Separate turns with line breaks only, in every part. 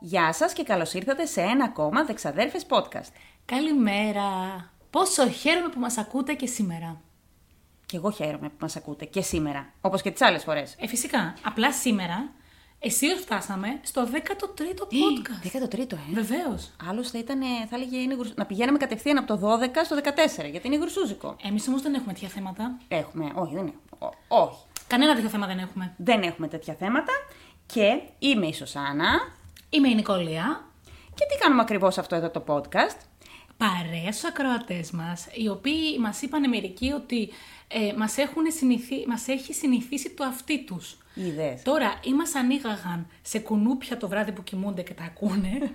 Γεια σας και καλώς ήρθατε σε ένα ακόμα Δεξαδέρφες Podcast.
Καλημέρα! Πόσο χαίρομαι που μας ακούτε και σήμερα.
Και εγώ χαίρομαι που μας ακούτε και σήμερα, όπως και τις άλλες φορές.
Ε, φυσικά, απλά σήμερα, εσύ φτάσαμε στο 13ο podcast.
13ο, ε.
Βεβαίως.
Άλλωστε ήταν, ε, θα έλεγε, είναι γρουσ- να πηγαίναμε κατευθείαν από το 12 στο 14, γιατί είναι γρουσούζικο.
Εμείς όμως δεν έχουμε τέτοια θέματα.
Έχουμε, όχι, δεν έχουμε. Ό- όχι.
Κανένα τέτοιο θέμα δεν έχουμε.
Δεν έχουμε τέτοια θέματα. Και είμαι η Σωσάνα.
Είμαι η Νικόλια,
Και τι κάνουμε ακριβώς αυτό εδώ το podcast.
παρέας στους ακροατές μας, οι οποίοι μας είπαν μερικοί ότι ε, μας μας έχει συνηθίσει το αυτί τους.
Είδες.
Τώρα ή μας ανοίγαγαν σε κουνούπια το βράδυ που κοιμούνται και τα ακούνε,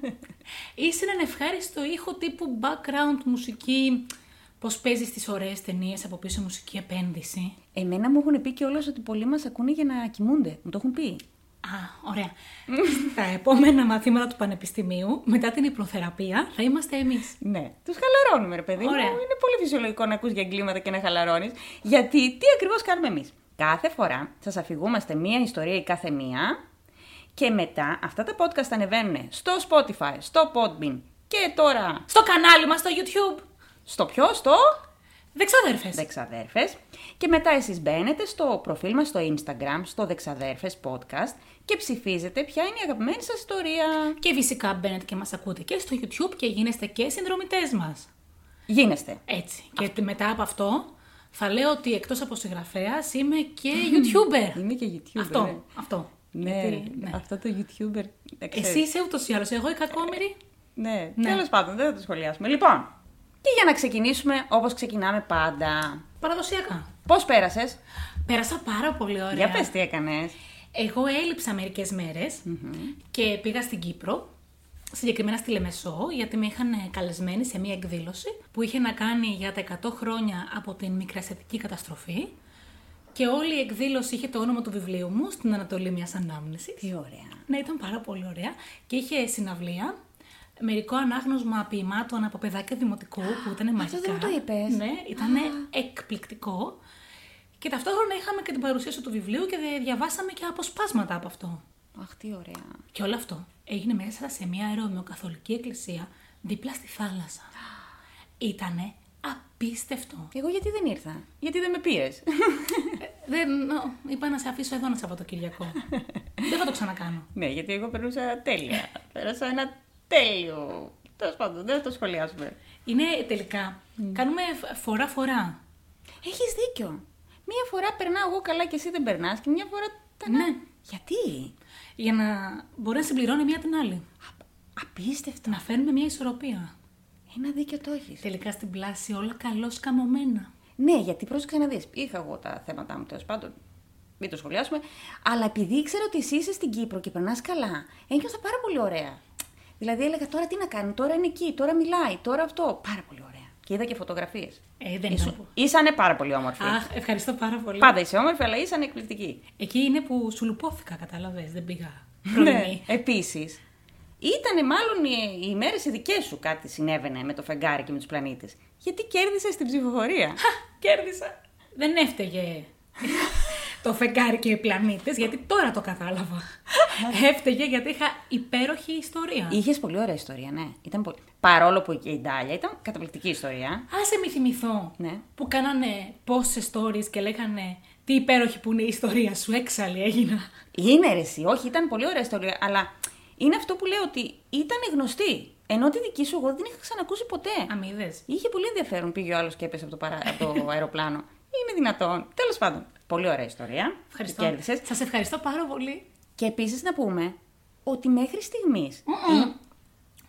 ή σε έναν ευχάριστο ήχο τύπου background μουσική, πώς παίζεις στι ωραίες ταινίες από πίσω μουσική επένδυση.
Εμένα μου έχουν πει κιόλας ότι πολλοί μας ακούνε για να κοιμούνται. Μου το έχουν πει.
Α, ωραία. Στα επόμενα μαθήματα του Πανεπιστημίου, μετά την υπνοθεραπεία, θα είμαστε εμείς.
Ναι, τους χαλαρώνουμε, ρε παιδί μου.
Ωραία.
Είναι πολύ φυσιολογικό να ακούς για εγκλήματα και να χαλαρώνεις. Γιατί τι ακριβώς κάνουμε εμείς. Κάθε φορά σας αφηγούμαστε μία ιστορία η κάθε μία και μετά αυτά τα podcast ανεβαίνουν στο Spotify, στο Podbean και τώρα
Στο κανάλι μας στο YouTube.
στο ποιο, στο
Δεξαδέρφες.
Δεξαδέρφες και μετά εσείς μπαίνετε στο προφίλ μας στο Instagram, στο Δεξαδέρφες Podcast και ψηφίζετε ποια είναι η αγαπημένη σας ιστορία.
Και φυσικά μπαίνετε και μας ακούτε και στο YouTube και γίνεστε και συνδρομητές μας.
Γίνεστε.
Έτσι. Και μετά από αυτό, θα λέω ότι εκτός από συγγραφέας είμαι και YouTuber.
Είμαι και YouTuber. ε.
αυτό. Αυτό.
Ναι,
Γιατί-
ρε, αυτό το YouTuber. δεν ξέρω.
Εσύ είσαι ούτως ή άλλως. Εγώ η κακόμερη.
Ναι,
Ναι.
τέλος πάντων, δεν θα το σχολιάσουμε. Λοιπόν, και για να ξεκινήσουμε όπως ξεκινάμε πάντα.
Παραδοσιακά.
Πώς πέρασες,
Πέρασα πάρα πολύ ωραία.
Για πες τι έκανες.
Εγώ έλειψα μερικές μέρες και πήγα στην Κύπρο, συγκεκριμένα στη Λεμεσό, γιατί με είχαν ε, καλεσμένη σε μία εκδήλωση που είχε να κάνει για τα 100 χρόνια από την μικρασιατική καταστροφή και όλη η εκδήλωση είχε το όνομα του βιβλίου μου στην Ανατολή μιας ανάμνησης.
Τι ωραία.
Ναι, ήταν πάρα πολύ ωραία και είχε συναυλία, μερικό ανάγνωσμα ποιημάτων από παιδάκια δημοτικού που ήταν μαγικά.
αυτό δεν μου το είπες.
Ναι, ήταν εκπληκτικό. Και ταυτόχρονα είχαμε και την παρουσίαση του βιβλίου και δε- διαβάσαμε και αποσπάσματα από αυτό.
Αχ, τι ωραία.
Και όλο αυτό έγινε μέσα σε μια ρωμαιοκαθολική εκκλησία δίπλα στη θάλασσα. Ήτανε απίστευτο.
Εγώ γιατί δεν ήρθα. Γιατί δεν με πήρε.
Δεν, νο, είπα να σε αφήσω εδώ ένα Σαββατοκυριακό. δεν θα το ξανακάνω.
ναι, γιατί εγώ περνούσα τέλεια. Πέρασα ένα τέλειο. Τέλος πάντων, δεν θα το σχολιάσουμε.
Είναι τελικά. Κάνουμε φ- φορά-φορά.
Έχεις δίκιο. Μία φορά περνάω εγώ καλά και εσύ δεν περνάς και μία φορά. τα-
Ναι.
Γιατί.
Για να μπορεί να συμπληρώνει μία την άλλη.
Απίστευτο.
Να φέρνουμε μία ισορροπία.
Ένα δίκιο το έχεις.
Τελικά στην πλάση όλα καλώς καμωμένα.
Ναι, γιατί πρόσεξε να δεις. Είχα εγώ τα θέματα μου τέλος πάντων. Μην το σχολιάσουμε. Αλλά επειδή ήξερα ότι εσύ είσαι στην Κύπρο και περνάς καλά, ένιωθα πάρα πολύ ωραία. Δηλαδή έλεγα τώρα τι να κάνει, τώρα είναι εκεί, τώρα μιλάει, τώρα αυτό. Πάρα πολύ ωραία. Και είδα και φωτογραφίες.
Ε, δεν ήταν. που-
Ήσανε πάρα πολύ όμορφη.
Αχ, ευχαριστώ πάρα πολύ.
Πάντα είσαι όμορφη, αλλά ήσανε εκπληκτική.
Εκεί είναι που σου λουπώθηκα, κατάλαβες. Δεν πήγα.
Ναι.
Πρωινή.
Επίσης, ήταν μάλλον οι, οι μέρες οι δικές σου κάτι συνέβαινε με το φεγγάρι και με τους πλανήτες. Γιατί κέρδισες την ψηφοφορία.
Κέρδισα. Δεν έφταιγε το φεγγάρι και οι πλανήτες, γιατί τώρα το κατάλαβα. έφταιγε γιατί είχα υπέροχη ιστορία.
Είχες πολύ ωραία ιστορία, ναι. Ήταν πολύ... Παρόλο που και η Ντάλια ήταν καταπληκτική ιστορία.
Άσε μη θυμηθώ
Ναι.
που κάνανε πόσες stories και λέγανε τι υπέροχη που είναι η ιστορία σου, έξαλλη έγινα.
Είναι ρε, εσύ, όχι, ήταν πολύ ωραία ιστορία, αλλά είναι αυτό που λέω ότι ήταν γνωστή. Ενώ τη δική σου εγώ δεν την είχα ξανακούσει ποτέ.
Αμύδες.
Είχε πολύ ενδιαφέρον, πήγε ο άλλος και έπεσε από το, παρα... από το αεροπλάνο. Είναι δυνατόν. Τέλος πάντων. Πολύ ωραία ιστορία.
Ευχαριστώ.
Και κέρδισες.
Σας ευχαριστώ πάρα πολύ.
Και επίσης να πούμε ότι μέχρι στιγμής.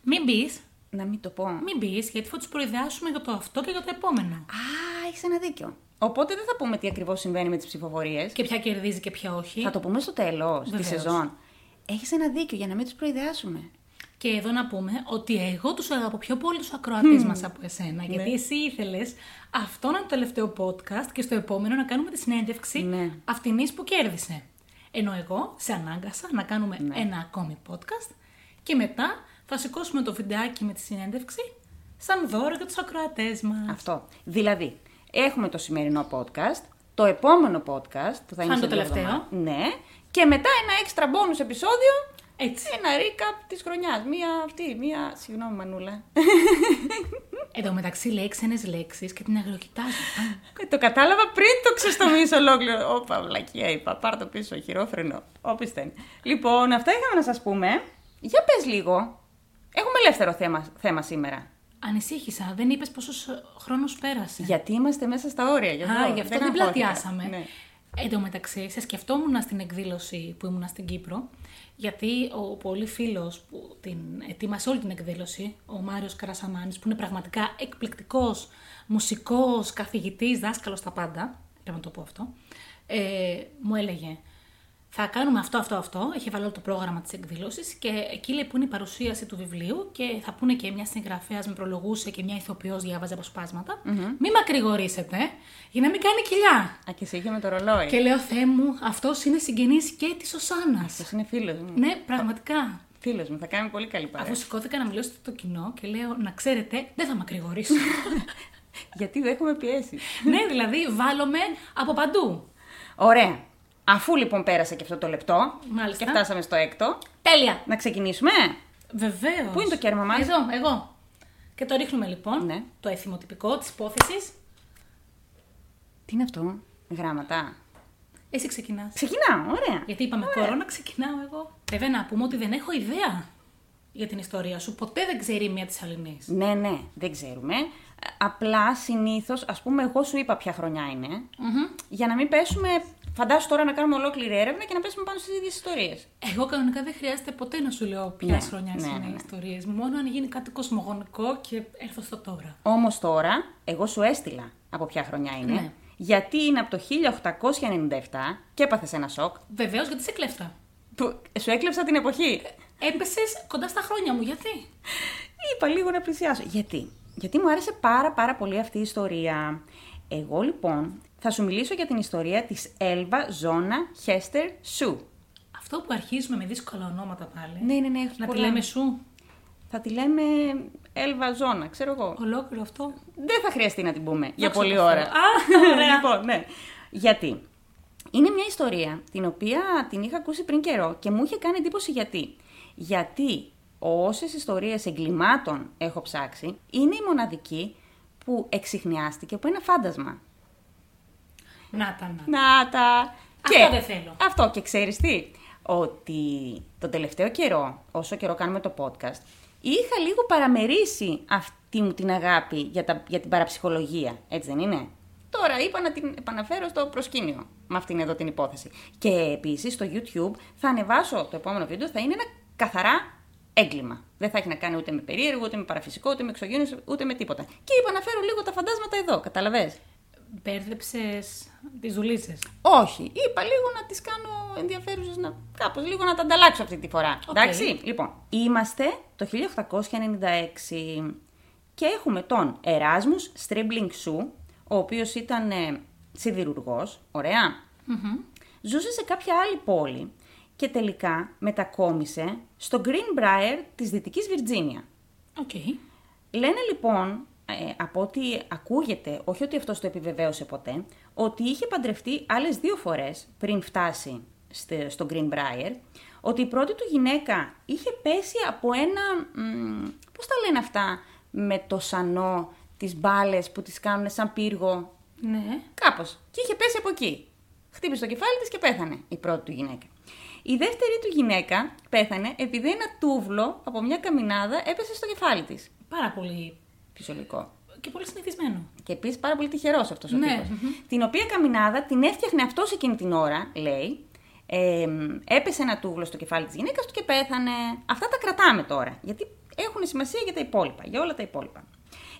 Μην μπει,
Να μην το πω.
μην μπει, γιατί θα τους προειδεάσουμε για το αυτό και για το επόμενο.
Α, έχεις ένα δίκιο. Οπότε δεν θα πούμε τι ακριβώς συμβαίνει με τις ψηφοφορίες.
Και ποια κερδίζει και ποια όχι.
Θα το πούμε στο τέλος τη
Ε, Βεβαίως.
σεζόν. Έχεις ένα δίκιο για να μην τους προειδεάσουμε.
Και εδώ να πούμε ότι εγώ τους αγαπώ πιο πολύ τους
Mm.
ακροατές μας από εσένα.
Ναι.
Γιατί εσύ ήθελες αυτό να είναι το τελευταίο podcast και στο επόμενο να κάνουμε τη συνέντευξη
Ναι.
αυτηνής που κέρδισε. Ενώ εγώ σε ανάγκασα να κάνουμε
Ναι.
ένα ακόμη podcast και μετά θα σηκώσουμε το βιντεάκι με τη συνέντευξη σαν δώρο για τους ακροατές μας.
Αυτό. Δηλαδή, έχουμε το σημερινό podcast, το επόμενο podcast που θα είναι
είναι το
σε δύο
τελευταίο.
εβδομάδες. Ναι. Και μετά ένα έξτρα bonus επεισόδιο
Έτσι.
Ένα recap της χρονιάς. Μία αυτή, μία. Συγγνώμη, Μανούλα.
Εν τω μεταξύ λέει ξένες λέξεις και την αγριοκοιτάζω. Α,
Ε, το κατάλαβα πριν το ξεστομίσω ολόκληρο. Όπα, βλακία είπα. Πάρ το πίσω, χειρόφρενο. Όπισθεν. Λοιπόν, αυτά είχαμε να σας πούμε. Για πες λίγο. Έχουμε ελεύθερο θέμα, θέμα σήμερα.
Ανησύχησα, δεν είπες πόσος χρόνος πέρασε.
Γιατί είμαστε μέσα στα όρια. Γι' αυτό
Ναι. Α, γι' αυτό δεν
αγχώθηκα.
πλατιάσαμε.
Ναι.
Εν τω μεταξύ, σε σκεφτόμουν στην εκδήλωση που ήμουν στην Κύπρο, γιατί ο πολύ φίλος που την ετοίμασε όλη την εκδήλωση, ο Μάριος Καρασαμάνης, που είναι πραγματικά εκπληκτικός μουσικός καθηγητής, δάσκαλος στα πάντα, πρέπει να το πω αυτό, ε, μου έλεγε. Θα κάνουμε αυτό, αυτό, αυτό. Έχει βάλει όλο το πρόγραμμα της εκδήλωσης και εκεί λέει που είναι η παρουσίαση του βιβλίου και θα πούνε και μια συγγραφέα με προλογούσε και μια ηθοποιός διάβαζε αποσπάσματα. Μην μακρηγορήσετε, για να μην κάνει κοιλιά.
Α, και σε είχε με το ρολόι.
Και λέω, Θεέ μου, αυτός είναι συγγενής και της Οσάνα.
Αυτός είναι φίλος μου.
Ναι, πραγματικά.
Φίλος μου, θα κάνει πολύ καλή παρέα.
Αφού σηκώθηκα να μιλήσω στο κοινό και λέω, Να ξέρετε, δεν θα μακρηγορήσω.
Γιατί δέχομαι πιέσει.
ναι, δηλαδή, βάλομαι από παντού.
Ωραία. Αφού λοιπόν πέρασε και αυτό το λεπτό
Μάλιστα.
και φτάσαμε στο έκτο,
Τέλεια.
να ξεκινήσουμε.
Βεβαίως.
Πού είναι το κέρμα μας?
Εδώ, εγώ. Και το ρίχνουμε λοιπόν,
Ναι.
το εθιμοτυπικό της υπόθεσης.
Τι είναι αυτό, γράμματα.
Εσύ ξεκινάς.
Ξεκινάω, ωραία.
Γιατί είπαμε κορώνα, ξεκινάω εγώ. Βέβαια, να πούμε ότι δεν έχω ιδέα για την ιστορία σου. Ποτέ δεν ξέρει η μία της αλληνής.
Ναι, ναι, δεν ξέρουμε. Ε, Απλά συνήθως, ας πούμε, εγώ σου είπα ποια χρονιά είναι. Για να μην πέσουμε. Φαντάσου τώρα να κάνουμε ολόκληρη έρευνα και να πέσουμε πάνω στις ίδιες ιστορίες.
Εγώ κανονικά δεν χρειάζεται ποτέ να σου λέω ποιε
Ναι,
χρονιά
ναι,
είναι
ναι,
οι
ναι.
ιστορίες μου. Μόνο αν γίνει κάτι κοσμογονικό και έρθω στο τώρα.
Όμως τώρα, εγώ σου έστειλα από ποια χρονιά είναι.
Ναι.
Γιατί είναι από το 1897 και έπαθες ένα σοκ.
Βεβαίως γιατί σε κλέφτα.
Που σου έκλεψα την εποχή.
Έπεσες κοντά στα χρόνια μου. Γιατί.
Είπα λίγο να πλησιάσω. Γιατί? Γιατί μου άρεσε πάρα πάρα πολύ αυτή η ιστορία. Εγώ λοιπόν θα σου μιλήσω για την ιστορία της Έλβα Ζώνα Χέστερ Σου.
Αυτό που αρχίζουμε με δύσκολα ονόματα πάλι.
Ναι, ναι, ναι, έχεις
να τη
πολλά.
λέμε σου.
Θα τη λέμε Έλβα Ζώνα, ξέρω εγώ.
Ολόκληρο αυτό.
Δεν θα χρειαστεί να την πούμε για
Δόξα
πολλή
τω Θεώ.
ώρα.
Α, ωραία.
λοιπόν, ναι. Γιατί. Είναι μια ιστορία την οποία την είχα ακούσει πριν καιρό και μου είχε κάνει εντύπωση γιατί. Γιατί όσες ιστορίες εγκλημάτων έχω ψάξει, είναι η μοναδική που εξηχνιάστηκε από ένα φάντασμα.
Να τα να.
Να τα.
Αυτό δεν θέλω.
Αυτό και ξέρεις τι. Ότι τον τελευταίο καιρό, όσο καιρό κάνουμε το podcast, είχα λίγο παραμερίσει αυτή μου την αγάπη για, τα, για την παραψυχολογία. Έτσι δεν είναι. Τώρα είπα να την επαναφέρω στο προσκήνιο με αυτήν εδώ την υπόθεση. Και επίσης στο YouTube θα ανεβάσω το επόμενο βίντεο, θα είναι ένα καθαρά έγκλημα. Δεν θα έχει να κάνει ούτε με περίεργο, ούτε με παραφυσικό, ούτε με εξωγήινους, ούτε με τίποτα. Και είπα να φέρω λίγο τα φαντάσματα εδώ, καταλαβες.
Μπέρδεψες τις δουλίτσε.
Όχι. Είπα λίγο να τις κάνω ενδιαφέρουσες, να... κάπως λίγο να τα ανταλλάξω αυτή τη φορά.
Οκ.
Εντάξει. Λοιπόν, είμαστε το 1896 και έχουμε τον Εράσμους Στρίμπλινγκ Σου, ο οποίος ήταν ε, σιδηρουργός, ωραία. Ζούσε σε κάποια άλλη πόλη και τελικά μετακόμισε στο Greenbrier της Δυτικής Βιρτζίνια.
Οκ.
Λένε λοιπόν, ε, από ό,τι ακούγεται, όχι ότι αυτός το επιβεβαίωσε ποτέ, ότι είχε παντρευτεί άλλες δύο φορές πριν φτάσει στε- στο Greenbrier, ότι η πρώτη του γυναίκα είχε πέσει από ένα, μ, πώς τα λένε αυτά, με το σανό, τις μπάλες που τις κάνουν σαν πύργο,
Ναι.
κάπως, και είχε πέσει από εκεί. Χτύπησε το κεφάλι της και πέθανε η πρώτη του γυναίκα. Η δεύτερη του γυναίκα πέθανε επειδή ένα τούβλο από μια καμινάδα έπεσε στο κεφάλι της.
Πάρα πολύ.
Φυσιολογικό.
και πολύ συνηθισμένο.
Και επίσης πάρα πολύ τυχερός αυτός ο
Ναι.
τύπος. Την οποία καμινάδα την έφτιαχνε αυτός εκείνη την ώρα, λέει. Ε, έπεσε ένα τούβλο στο κεφάλι της γυναίκας του και πέθανε. Αυτά τα κρατάμε τώρα. Γιατί έχουν σημασία για τα υπόλοιπα, για όλα τα υπόλοιπα.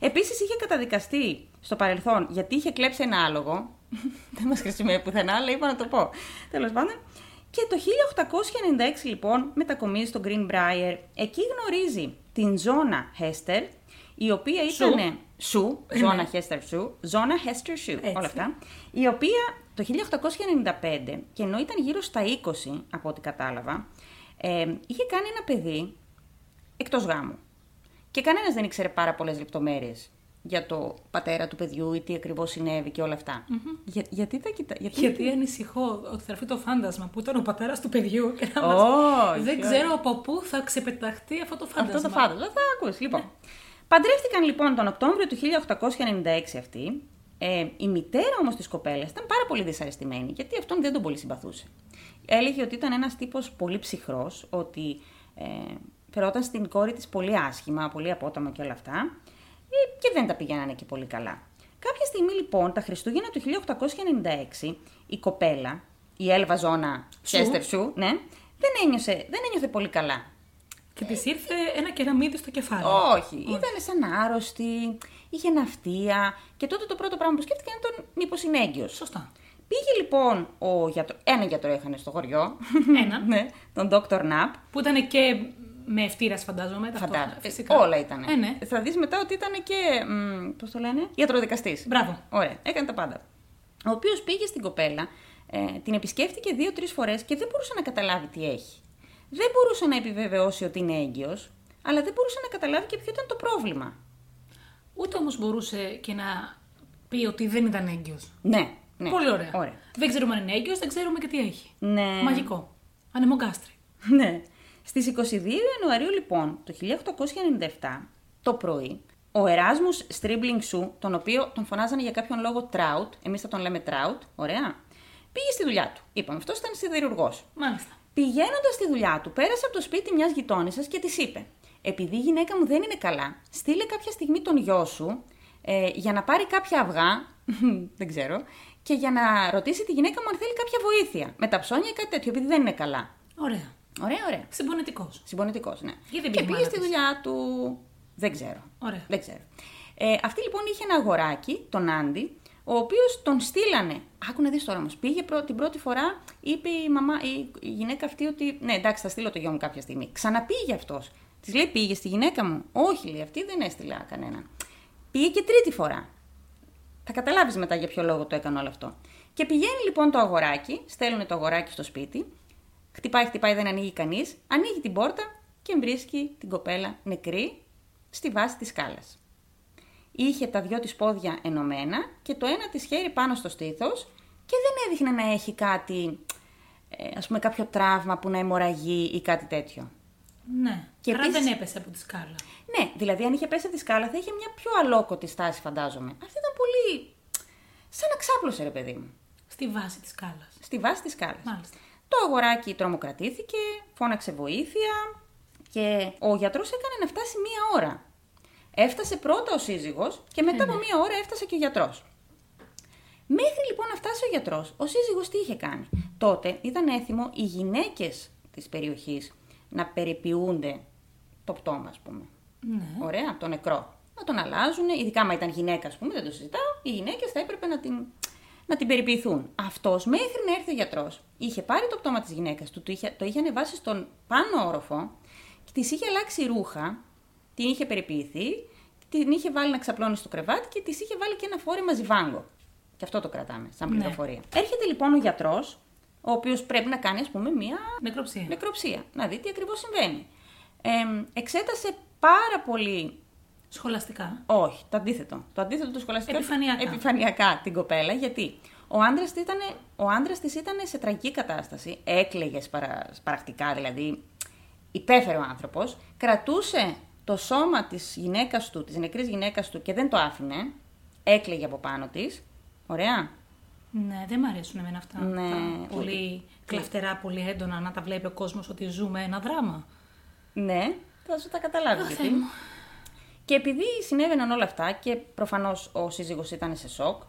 Επίση είχε καταδικαστεί στο παρελθόν γιατί είχε κλέψει ένα άλογο. Δεν μας χρησιμεύει πουθενά, αλλά είπα να το πω. Τέλος πάντων. Και το 1896 λοιπόν μετακομίζει στο Greenbrier. Εκεί γνωρίζει την Ζώνα Χέστερ, η οποία
Σου.
ήταν. Σου, Ζώνα
Ναι.
Χέστερ Σου, Ζώνα Χέστερ Σου,
Έτσι.
όλα αυτά. Η οποία το 1895, και ενώ ήταν γύρω στα 20 από ό,τι κατάλαβα, ε, είχε κάνει ένα παιδί εκτός γάμου. Και κανένας δεν ήξερε πάρα πολλές λεπτομέρειες για το πατέρα του παιδιού ή τι ακριβώς συνέβη και όλα αυτά. Για, γιατί τα κοιτά. Γιατί.
Γιατί ανησυχώ ότι θα έρθει το φάντασμα που ήταν ο πατέρας του παιδιού και θα μας...
Όχι,
Δεν
όχι.
ξέρω από πού θα ξεπεταχτεί αυτό το φάντασμα.
Αυτό το φάντασμα. Θα ακούσεις. Λοιπόν. Παντρεύτηκαν λοιπόν τον Οκτώβριο του 1896 αυτοί. Ε, η μητέρα όμως της κοπέλας ήταν πάρα πολύ δυσαρεστημένη, γιατί αυτόν δεν τον πολύ συμπαθούσε. Έλεγε ότι ήταν ένας τύπος πολύ ψυχρός, ότι ε, φερόταν στην κόρη της πολύ άσχημα, πολύ απότομα και όλα αυτά. Ε, και δεν τα πηγαίνανε και πολύ καλά. Κάποια στιγμή λοιπόν, τα Χριστούγεννα του 1896, η κοπέλα, η Έλβα Ζώνα
Σου.
Τσέστερ Σου, ναι, δεν ένιωσε, δεν ένιωθε πολύ καλά.
Και της ήρθε ένα κεραμίδι στο κεφάλι.
Όχι, ήταν σαν άρρωστη, είχε ναυτία και τότε το πρώτο πράγμα που σκέφτηκε ήταν τον υποσυνέγγυο.
Σωστά.
Πήγε λοιπόν ο γιατρο... ένα γιατρό είχαν στο χωριό,
Ένα.
ναι, τον Dr. Ναπ,
Που ήταν και με ευτήρα, φαντάζομαι. τα
φαντάζομαι,
αυτό,
ε,
φυσικά.
όλα ήταν.
Ε, ναι.
Θα δεις μετά ότι ήταν και, μ, πώς το λένε, ιατροδικαστής.
Μπράβο.
Ωραία, έκανε τα πάντα. Ο οποίος πήγε στην κοπέλα, ε, την επισκέφτηκε δύο-τρει φορές και δεν μπορούσε να καταλάβει τι έχει. Δεν μπορούσε να επιβεβαιώσει ότι είναι έγκυος, αλλά δεν μπορούσε να καταλάβει και ποιο ήταν το πρόβλημα.
Ούτε όμως μπορούσε και να πει ότι δεν ήταν έγκυος.
Ναι, ναι.
Πολύ ωραία. Δεν ξέρουμε αν είναι έγκυος, δεν ξέρουμε και τι έχει.
Ναι.
Μαγικό. Ανεμογκάστρι.
Ναι. Στις 22 Ιανουαρίου λοιπόν του 1897 το πρωί, ο Εράσμους Στρίμπλινγκ Σου, τον οποίο τον φωνάζανε για κάποιον λόγο Τράουτ, εμείς θα τον λέμε Τράουτ, ωραία, πήγε στη δουλειά του. Είπαμε, αυτός ήταν σιδηρουργός.
Μάλιστα.
Πηγαίνοντας στη δουλειά του, πέρασε από το σπίτι μιας γειτόνισσας και της είπε: Επειδή η γυναίκα μου δεν είναι καλά, στείλε κάποια στιγμή τον γιο σου ε, για να πάρει κάποια αυγά. δεν ξέρω. Και για να ρωτήσει τη γυναίκα μου αν θέλει κάποια βοήθεια. Με τα ψώνια ή κάτι τέτοιο, επειδή δεν είναι καλά.
Ωραία.
Ωραία, ωραία.
Συμπονετικό.
Συμπονετικό, ναι.
Γιατί δεν
και πήγε
πήγε μάνα
στη
της?
δουλειά του. Δεν ξέρω.
Ωραία.
Δεν ξέρω. Ε, αυτή λοιπόν είχε ένα αγοράκι, τον Άντι, ο οποίος τον στείλανε. Άκου να δεις τώρα όμως. Πήγε πρω- την πρώτη φορά, είπε η, μαμά, η, η γυναίκα αυτή ότι. Ναι, εντάξει, θα στείλω το γιο μου κάποια στιγμή. Ξαναπήγε αυτός. Της λέει, πήγε στη γυναίκα μου. Όχι, λέει, αυτή δεν έστειλα κανέναν. Πήγε και τρίτη φορά. Θα καταλάβεις μετά για ποιο λόγο το έκανε όλο αυτό. Και πηγαίνει λοιπόν το αγοράκι, στέλνουν το αγοράκι στο σπίτι, χτυπάει, χτυπάει, δεν ανοίγει κανείς, ανοίγει την πόρτα και βρίσκει την κοπέλα νεκρή στη βάση της σκάλας. Είχε τα δυο της πόδια ενωμένα και το ένα της χέρι πάνω στο στήθος και δεν έδειχνε να έχει κάτι, ε, ας πούμε κάποιο τραύμα που να αιμορραγεί ή κάτι τέτοιο.
Ναι.
Και
Άρα
επίσης-
δεν έπεσε από τη σκάλα.
Ναι, δηλαδή αν είχε πέσει από τη σκάλα θα είχε μια πιο αλόκοτη στάση, φαντάζομαι. Αυτή ήταν πολύ. σαν να ξάπλωσε, ρε παιδί μου.
Στη βάση της σκάλας.
Στη βάση της σκάλας.
Μάλιστα.
Το αγοράκι τρομοκρατήθηκε, φώναξε βοήθεια και ο γιατρός έκανε να φτάσει μία ώρα. Έφτασε πρώτα ο σύζυγος και μετά
Ε,
από
ναι.
μία ώρα έφτασε και ο γιατρός. Μέχρι λοιπόν να φτάσει ο γιατρός, ο σύζυγος τι είχε κάνει. Τότε ήταν έθιμο οι γυναίκες της περιοχής να περιποιούνται το πτώμα, ας πούμε.
Ναι.
Ωραία, το νεκρό. Να τον αλλάζουν, ειδικά άμα ήταν γυναίκα, ας πούμε, δεν το συζητάω. Οι γυναίκες θα έπρεπε να την, να την περιποιηθούν. Αυτός μέχρι να έρθει ο γιατρός, είχε πάρει το πτώμα της γυναίκας του, το είχε, το είχε ανεβάσει στον πάνω όροφο, της είχε αλλάξει ρούχα, την είχε περιποιηθεί, την είχε βάλει να ξαπλώνει στο κρεβάτι και της είχε βάλει και ένα φόρεμα ζιβάγκο. Και αυτό το κρατάμε σαν
Ναι.
πληροφορία. Έρχεται λοιπόν ο γιατρός, ο οποίος πρέπει να κάνει, ας πούμε, μία
Νεκροψία.
νεκροψία, να δει τι ακριβώς συμβαίνει. Ε, εξέτασε πάρα πολύ,
Σχολαστικά.
όχι, το αντίθετο, το αντίθετο του σχολαστικού,
Επιφανειακά.
επιφανειακά την κοπέλα, γιατί ο άντρας, της ήτανε, ο άντρας της ήταν σε τραγική κατάσταση, έκλαιγες σπαρα, σπαρακτικά, δηλαδή υπέφερε ο άνθρωπος, κρατούσε το σώμα της γυναίκας του, της νεκρής γυναίκας του και δεν το άφηνε, έκλαιγε από πάνω της, ωραία,
Ναι, δεν μ' αρέσουν εμένα αυτά.
Ναι,
Τα
ούτε.
πολύ κλαφτερά, πολύ έντονα να τα βλέπει ο κόσμος ότι ζούμε ένα δράμα.
ναι, θα σου τα καταλάβεις.
Ω,
γιατί.
Θεέ μου.
Και επειδή συνέβαιναν όλα αυτά και προφανώς ο σύζυγος ήταν σε σοκ,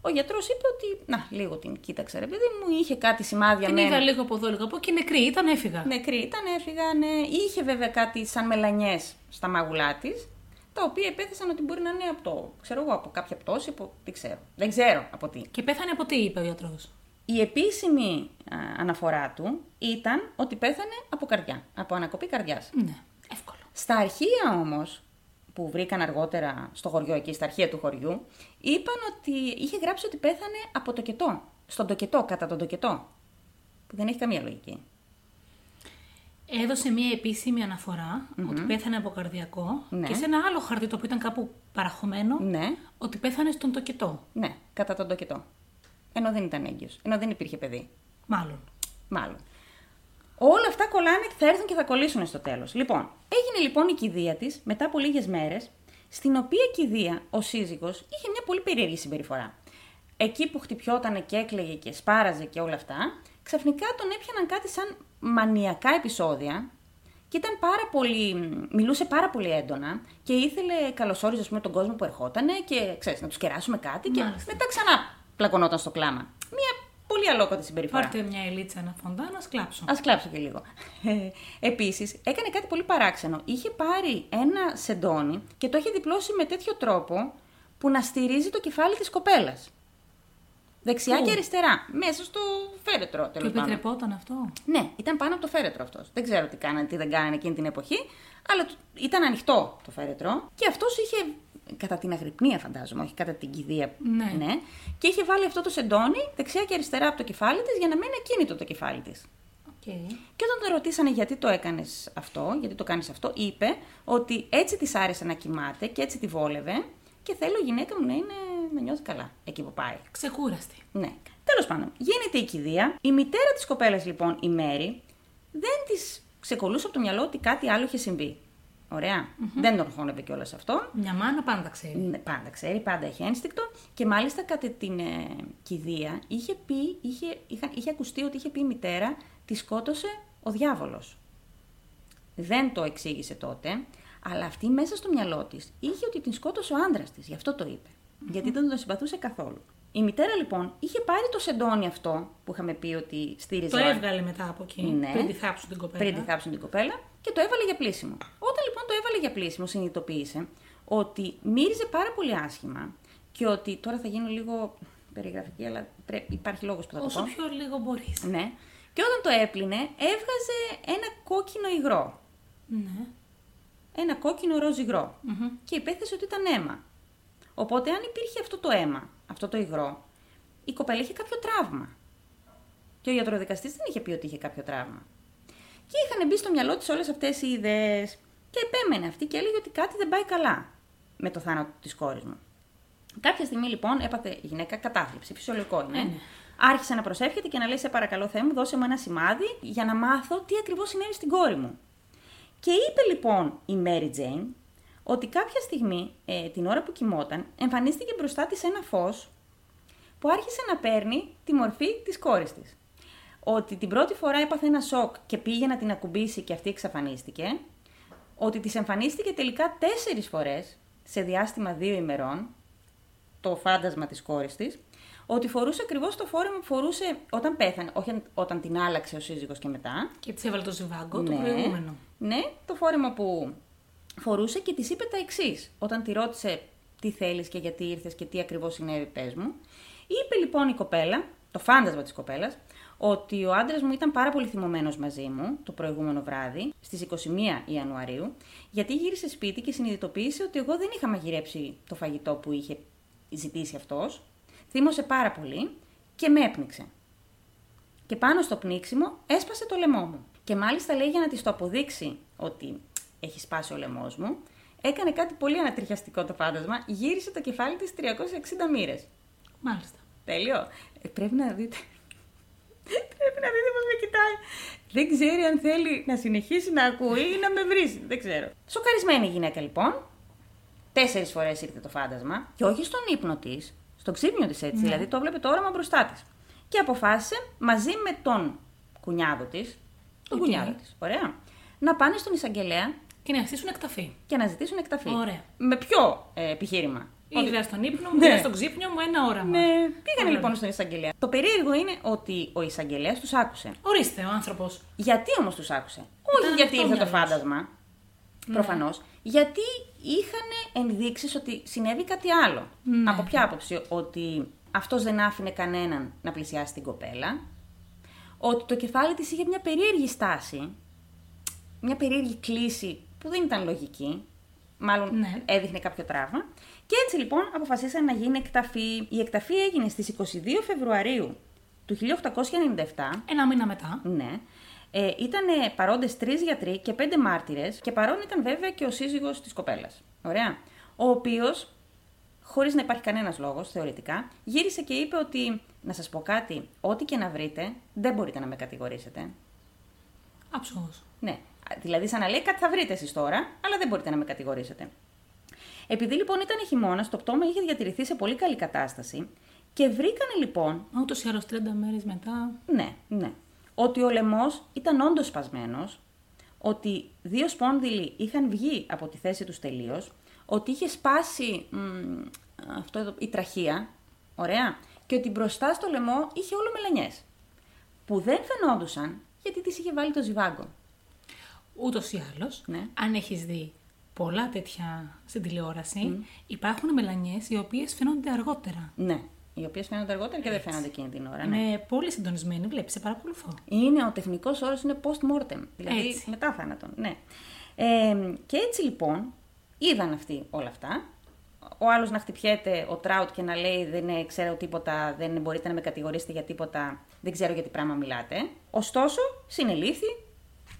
ο γιατρός είπε ότι. Να, λίγο την κοίταξε, ρε παιδί μου, είχε κάτι σημάδια
Την
μεν.
είδα λίγο από εδώ, λίγο από εκεί. Νεκρή, ήταν έφυγα.
Νεκρή ήταν, έφυγα, ναι. Είχε βέβαια κάτι σαν μελανιές στα μαγουλά της, τα οποία επέθεσαν ότι μπορεί να είναι από το. ξέρω εγώ, από κάποια πτώση, από. τι ξέρω. Δεν ξέρω από τι.
Και πέθανε από τι, είπε ο γιατρός.
Η επίσημη α, αναφορά του ήταν ότι πέθανε από καρδιά, από ανακοπή καρδιάς.
Ναι, εύκολο.
Στα αρχεία όμως, που βρήκαν αργότερα στο χωριό εκεί, στα αρχεία του χωριού, είπαν ότι είχε γράψει ότι πέθανε από το κετό. Στον τοκετό, κατά τον τοκετό. Που δεν έχει καμία λογική.
Έδωσε μία επίσημη αναφορά ότι πέθανε από καρδιακό
Ναι.
και σε ένα άλλο χαρτί το οποίο ήταν κάπου παραχωμένο
Ναι,
ότι πέθανε στον τοκετό.
ναι, κατά τον τοκετό. Ενώ δεν ήταν έγκυος. Ενώ δεν υπήρχε παιδί.
Μάλλον.
Μάλλον. Όλα αυτά κολλάνε και θα έρθουν και θα κολλήσουν στο τέλος. Λοιπόν, έγινε λοιπόν η κηδεία της μετά από λίγες μέρες, στην οποία κηδεία ο σύζυγος είχε μια πολύ περίεργη συμπεριφορά. Εκεί που χτυπιόταν και έκλαιγε και σπάραζε και όλα αυτά, ξαφνικά τον έπιαναν κάτι σαν μανιακά επεισόδια και ήταν πάρα πολύ, μιλούσε πάρα πολύ έντονα και ήθελε καλωσόριζε ας πούμε, τον κόσμο που ερχόταν και ξέρεις, να τους κεράσουμε κάτι και
Μάλιστα.
μετά ξανά πλακωνόταν στο κλάμα. Μια πολύ αλόκοτη συμπεριφορά.
Πάρτε μια ελίτσα να φοντά να σκλάψω.
Ας κλάψω και λίγο. Επίσης, έκανε κάτι πολύ παράξενο. Είχε πάρει ένα σεντόνι και το είχε διπλώσει με τέτοιο τρόπο που να στηρίζει το κεφάλι της κοπέλας. Δεξιά
Πού?
και αριστερά. Μέσα στο φέρετρο,
Του
τέλος πάντων.
επιτρεπόταν αυτό.
Ναι, ήταν πάνω από το φέρετρο αυτός. Δεν ξέρω τι κάνανε, τι δεν κάνανε εκείνη την εποχή, αλλά του- ήταν ανοιχτό το φέρετρο. Και αυτός είχε. Κατά την αγρυπνία, φαντάζομαι, όχι κατά την κηδεία.
Ναι.
Και είχε βάλει αυτό το σεντόνι δεξιά και αριστερά από το κεφάλι της για να μένει ακίνητο το κεφάλι της.
Okay.
Και όταν τον ρωτήσανε γιατί το έκανες αυτό, γιατί το κάνεις αυτό, είπε ότι έτσι της άρεσε να κοιμάται και έτσι τη βόλευε και θέλω η γυναίκα μου να, είναι, να νιώθει καλά εκεί που πάει.
Ξεκούραστη.
Ναι. Τέλος πάντων, γίνεται η κηδεία. Η μητέρα της κοπέλας, λοιπόν, η Μέρη, δεν της ξεκολούσε από το μυαλό ότι κάτι άλλο είχε συμβεί. Ωραία. Δεν τον χώνευε κιόλας αυτό.
Μια μάνα πάντα ξέρει.
Ναι, Πάντα ξέρει, πάντα έχει ένστικτο. Και μάλιστα κατά την ε, κηδεία είχε, πει, είχε, είχα, είχε ακουστεί ότι είχε πει η μητέρα τη σκότωσε ο διάβολος. Δεν το εξήγησε τότε, αλλά αυτή μέσα στο μυαλό της είχε ότι την σκότωσε ο άντρας της, γι' αυτό το είπε. Γιατί δεν τον συμπαθούσε καθόλου. Η μητέρα λοιπόν είχε πάρει το σεντόνι αυτό που είχαμε πει ότι στήριζε.
Το
ο άντρας.
έβγαλε μετά από εκεί.
Ναι.
Πριν τη θάψουν την κοπέλα.
Πριν τη θάψουν την κοπέλα και το έβαλε για πλήσιμο. Όταν λοιπόν το έβαλε για πλήσιμο, συνειδητοποίησε ότι μύριζε πάρα πολύ άσχημα και ότι τώρα θα γίνω λίγο περιγραφική, αλλά πρέ- υπάρχει λόγος που θα το
Όσο
πω.
πιο λίγο μπορείς.
Ναι. Και όταν το έπλυνε, έβγαζε ένα κόκκινο υγρό.
Ναι.
Ένα κόκκινο ροζ υγρό.
Μμμ.
Και υπέθεσε ότι ήταν αίμα. Οπότε, αν υπήρχε αυτό το αίμα, αυτό το υγρό, η κοπέλα είχε κάποιο τραύμα. Και ο ιατροδικαστή δεν είχε πει ότι είχε κάποιο τραύμα. Και είχαν μπει στο μυαλό της όλες αυτές οι ιδέες. Και επέμενε αυτή και έλεγε ότι κάτι δεν πάει καλά με το θάνατο της κόρης μου. Κάποια στιγμή λοιπόν έπαθε η γυναίκα κατάθλιψη, φυσιολογικό είναι.
Ε, ναι.
Άρχισε να προσεύχεται και να λέει: Σε παρακαλώ, Θεέ μου, δώσε μου ένα σημάδι για να μάθω τι ακριβώς συνέβη στην κόρη μου. Και είπε λοιπόν η Mary Jane ότι κάποια στιγμή, ε, την ώρα που κοιμόταν, εμφανίστηκε μπροστά της ένα φως που άρχισε να παίρνει τη μορφή της κόρης της. Ότι την πρώτη φορά έπαθε ένα σοκ και πήγε να την ακουμπήσει και αυτή εξαφανίστηκε. Ότι της εμφανίστηκε τελικά τέσσερις φορές σε διάστημα δύο ημερών το φάντασμα της κόρης της, ότι φορούσε ακριβώς το φόρεμα που φορούσε όταν πέθανε, όχι όταν την άλλαξε ο σύζυγος και μετά.
Και της έβαλε το ζιβάγκο το προηγούμενο.
Ναι, το φόρεμα που φορούσε και της είπε τα εξής. Όταν τη ρώτησε τι θέλεις και γιατί ήρθες και τι ακριβώς συνέβη, πες μου. Είπε λοιπόν η κοπέλα, το φάντασμα της κοπέλας, ότι ο άντρας μου ήταν πάρα πολύ θυμωμένος μαζί μου το προηγούμενο βράδυ, στις 21 Ιανουαρίου, γιατί γύρισε σπίτι και συνειδητοποίησε ότι εγώ δεν είχα μαγειρέψει το φαγητό που είχε ζητήσει αυτός. Θύμωσε πάρα πολύ και με έπνιξε. Και πάνω στο πνίξιμο έσπασε το λαιμό μου. Και μάλιστα λέει για να της το αποδείξει ότι έχει σπάσει ο λαιμός μου, έκανε κάτι πολύ ανατριχιαστικό το φάντασμα, γύρισε το κεφάλι της 360 μοίρες.
Μάλιστα.
Τέλειο. Ε, πρέπει να δείτε. πρέπει να δείτε πώ με κοιτάει. Δεν ξέρει αν θέλει να συνεχίσει να ακούει ή να με βρει. Δεν ξέρω. Σοκαρισμένη η γυναίκα λοιπόν. Τέσσερις φορές ήρθε το φάντασμα και όχι στον ύπνο της, στο ξύπνιο της
Ναι.
έτσι. Δηλαδή το έβλεπε το όραμα μπροστά της. Και αποφάσισε μαζί με τον κουνιάδο της, τον
Οκ.
κουνιάδο της, ωραία, να πάνε στον εισαγγελέα
Και να χτίσουν εκταφή.
και να ζητήσουν εκταφή.
Ωραία.
Με ποιο ε, επιχείρημα. Ότι-
Είδα στον ύπνο μου,
Ναι.
είδα στον ξύπνιο μου ένα όραμα.
ναι. Πήγανε
Ωραία.
λοιπόν στον εισαγγελέα. Το περίεργο είναι ότι ο εισαγγελέας τους άκουσε.
Ορίστε ο άνθρωπος.
Γιατί όμως τους άκουσε. Όχι
Ήταν Ναι.
γιατί
αυτό
ήρθε το
μυαλός.
φάντασμα. Προφανώς. Γιατί είχαν ενδείξεις ότι συνέβη κάτι άλλο.
Ναι.
Από ποια άποψη. Ότι αυτός δεν άφηνε κανέναν να πλησιάσει την κοπέλα. Ότι το κεφάλι της είχε μια περίεργη στάση. Μια περίεργη κλίση που δεν ήταν λογική. Μάλλον
Ναι.
έδειχνε κάποιο τραύμα. Και έτσι λοιπόν αποφασίσαν να γίνει εκταφή. Η εκταφή έγινε στις 22 Φεβρουαρίου του 1897.
Ένα μήνα μετά.
Ναι. Ε, ήταν παρόντες τρεις γιατροί και πέντε μάρτυρες και παρόν ήταν βέβαια και ο σύζυγος της κοπέλας. Ωραία. Ο οποίος, χωρίς να υπάρχει κανένας λόγος θεωρητικά, γύρισε και είπε ότι να σας πω κάτι, ό,τι και να βρείτε, δεν μπορείτε να με κατηγορήσετε.
Άψογος.
Ναι. Δηλαδή, σαν να λέει κάτι θα βρείτε εσείς τώρα, αλλά δεν μπορείτε να με κατηγορήσετε. Επειδή λοιπόν ήταν χειμώνα, το πτώμα είχε διατηρηθεί σε πολύ καλή κατάσταση και βρήκανε λοιπόν.
Μα ούτως ή άλλως 30 μέρες μετά.
Ναι, ναι. Ότι ο λαιμός ήταν όντως σπασμένος, ότι δύο σπόνδυλοι είχαν βγει από τη θέση τους τελείως, ότι είχε σπάσει μ, αυτό εδώ, η τραχεία, ωραία, και ότι μπροστά στο λαιμό είχε όλο μελανιές, που δεν φαινόντουσαν γιατί της είχε βάλει το ζιβάγκο.
Ούτως ή άλλως,
Ναι.
αν έχεις δει πολλά τέτοια στην τηλεόραση, υπάρχουν μελανιές οι οποίες φαίνονται αργότερα.
Ναι, οι οποίες φαίνονται αργότερα και δεν φαίνονται εκείνη την ώρα. Ναι.
Είμαι πολύ συντονισμένη, βλέπεις, σε παρακολουθώ.
Είναι ο τεχνικός όρος είναι post-mortem. Δηλαδή
Έτσι.
μετά θάνατον. Ναι. Ε, και έτσι λοιπόν είδαν αυτοί όλα αυτά. Ο άλλος να χτυπιέται, ο Τράουτ και να λέει Δεν ε, ξέρω τίποτα, δεν μπορείτε να με κατηγορήσετε για τίποτα, δεν ξέρω για τι πράγμα μιλάτε. Ωστόσο, συνελήφθη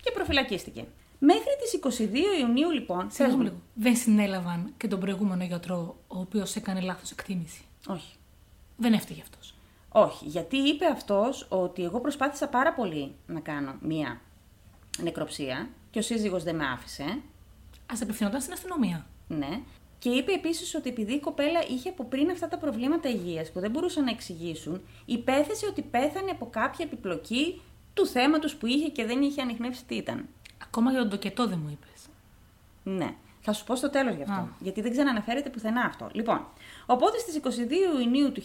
και προφυλακίστηκε. Μέχρι τις 22 Ιουνίου λοιπόν.
Συγγνώμη λίγο. Δεν συνέλαβαν και τον προηγούμενο γιατρό, ο οποίος έκανε λάθος εκτίμηση.
Όχι.
Δεν έφταιγε αυτός.
Όχι, γιατί είπε αυτός ότι εγώ προσπάθησα πάρα πολύ να κάνω μία νεκροψία και ο σύζυγος δεν με άφησε.
Ας απευθυνόταν στην αστυνομία.
Ναι. Και είπε επίσης ότι επειδή η κοπέλα είχε από πριν αυτά τα προβλήματα υγείας που δεν μπορούσαν να εξηγήσουν, υπέθεσε ότι πέθανε από κάποια επιπλοκή του θέματος που είχε και δεν είχε ανοιχνεύσει τι ήταν.
Ακόμα για τον τοκετό δεν μου είπες.
Ναι. Θα σου πω στο τέλος γι' αυτό.
Α.
Γιατί δεν ξαναναφέρεται πουθενά αυτό. Λοιπόν, οπότε στις 22 Ιουνίου του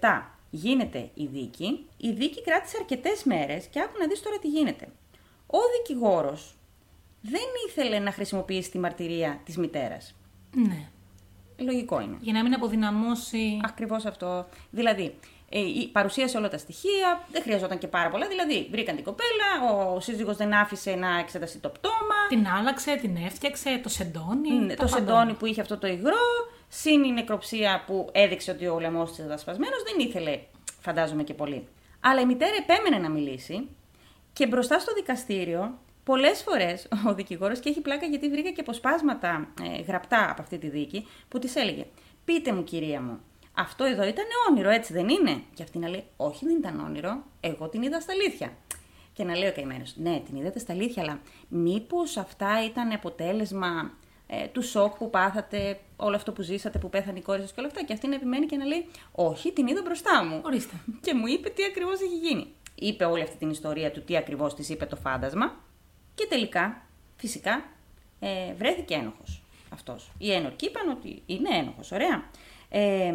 1897 γίνεται η δίκη. Η δίκη κράτησε αρκετές μέρες και άκου να δεις τώρα τι γίνεται. Ο δικηγόρος δεν ήθελε να χρησιμοποιήσει τη μαρτυρία της μητέρας.
Ναι.
Λογικό είναι.
Για να μην αποδυναμώσει.
Ακριβώς αυτό. Δηλαδή, ε, η- παρουσίασε όλα τα στοιχεία, δεν χρειαζόταν και πάρα πολλά. Δηλαδή, βρήκαν την κοπέλα, ο σύζυγος δεν άφησε να εξεταστεί το πτώμα,
Την άλλαξε, την έφτιαξε, το σεντόνι.
ν-
τα
Ναι, το
πάντα.
σεντόνι που είχε αυτό το υγρό, συν η νεκροψία που έδειξε ότι ο λαιμό της ήταν σπασμένος, δεν ήθελε, φαντάζομαι και πολύ. Αλλά η μητέρα επέμενε να μιλήσει και μπροστά στο δικαστήριο. Πολλές φορές ο δικηγόρος και έχει πλάκα γιατί βρήκα και αποσπάσματα ε, γραπτά από αυτή τη δίκη που της έλεγε: Πείτε μου, κυρία μου, αυτό εδώ ήταν όνειρο, έτσι δεν είναι. Και αυτή να λέει: Όχι, δεν ήταν όνειρο. Εγώ την είδα στα αλήθεια. Και να λέει ο καημένος: Ναι, την είδατε στα αλήθεια, αλλά μήπως αυτά ήταν αποτέλεσμα ε, του σοκ που πάθατε, όλο αυτό που ζήσατε, που πέθανε η κόρη σας και όλα αυτά. Και αυτή να επιμένει και να λέει: Όχι, την είδα μπροστά μου.
Ορίστε.
Και μου είπε τι ακριβώς έχει γίνει. Είπε όλη αυτή την ιστορία του τι ακριβώς της είπε το φάντασμα. Και τελικά, φυσικά, ε, βρέθηκε ένοχος αυτός. Οι ένορκοι είπαν ότι είναι ένοχος. Ωραία. Ε,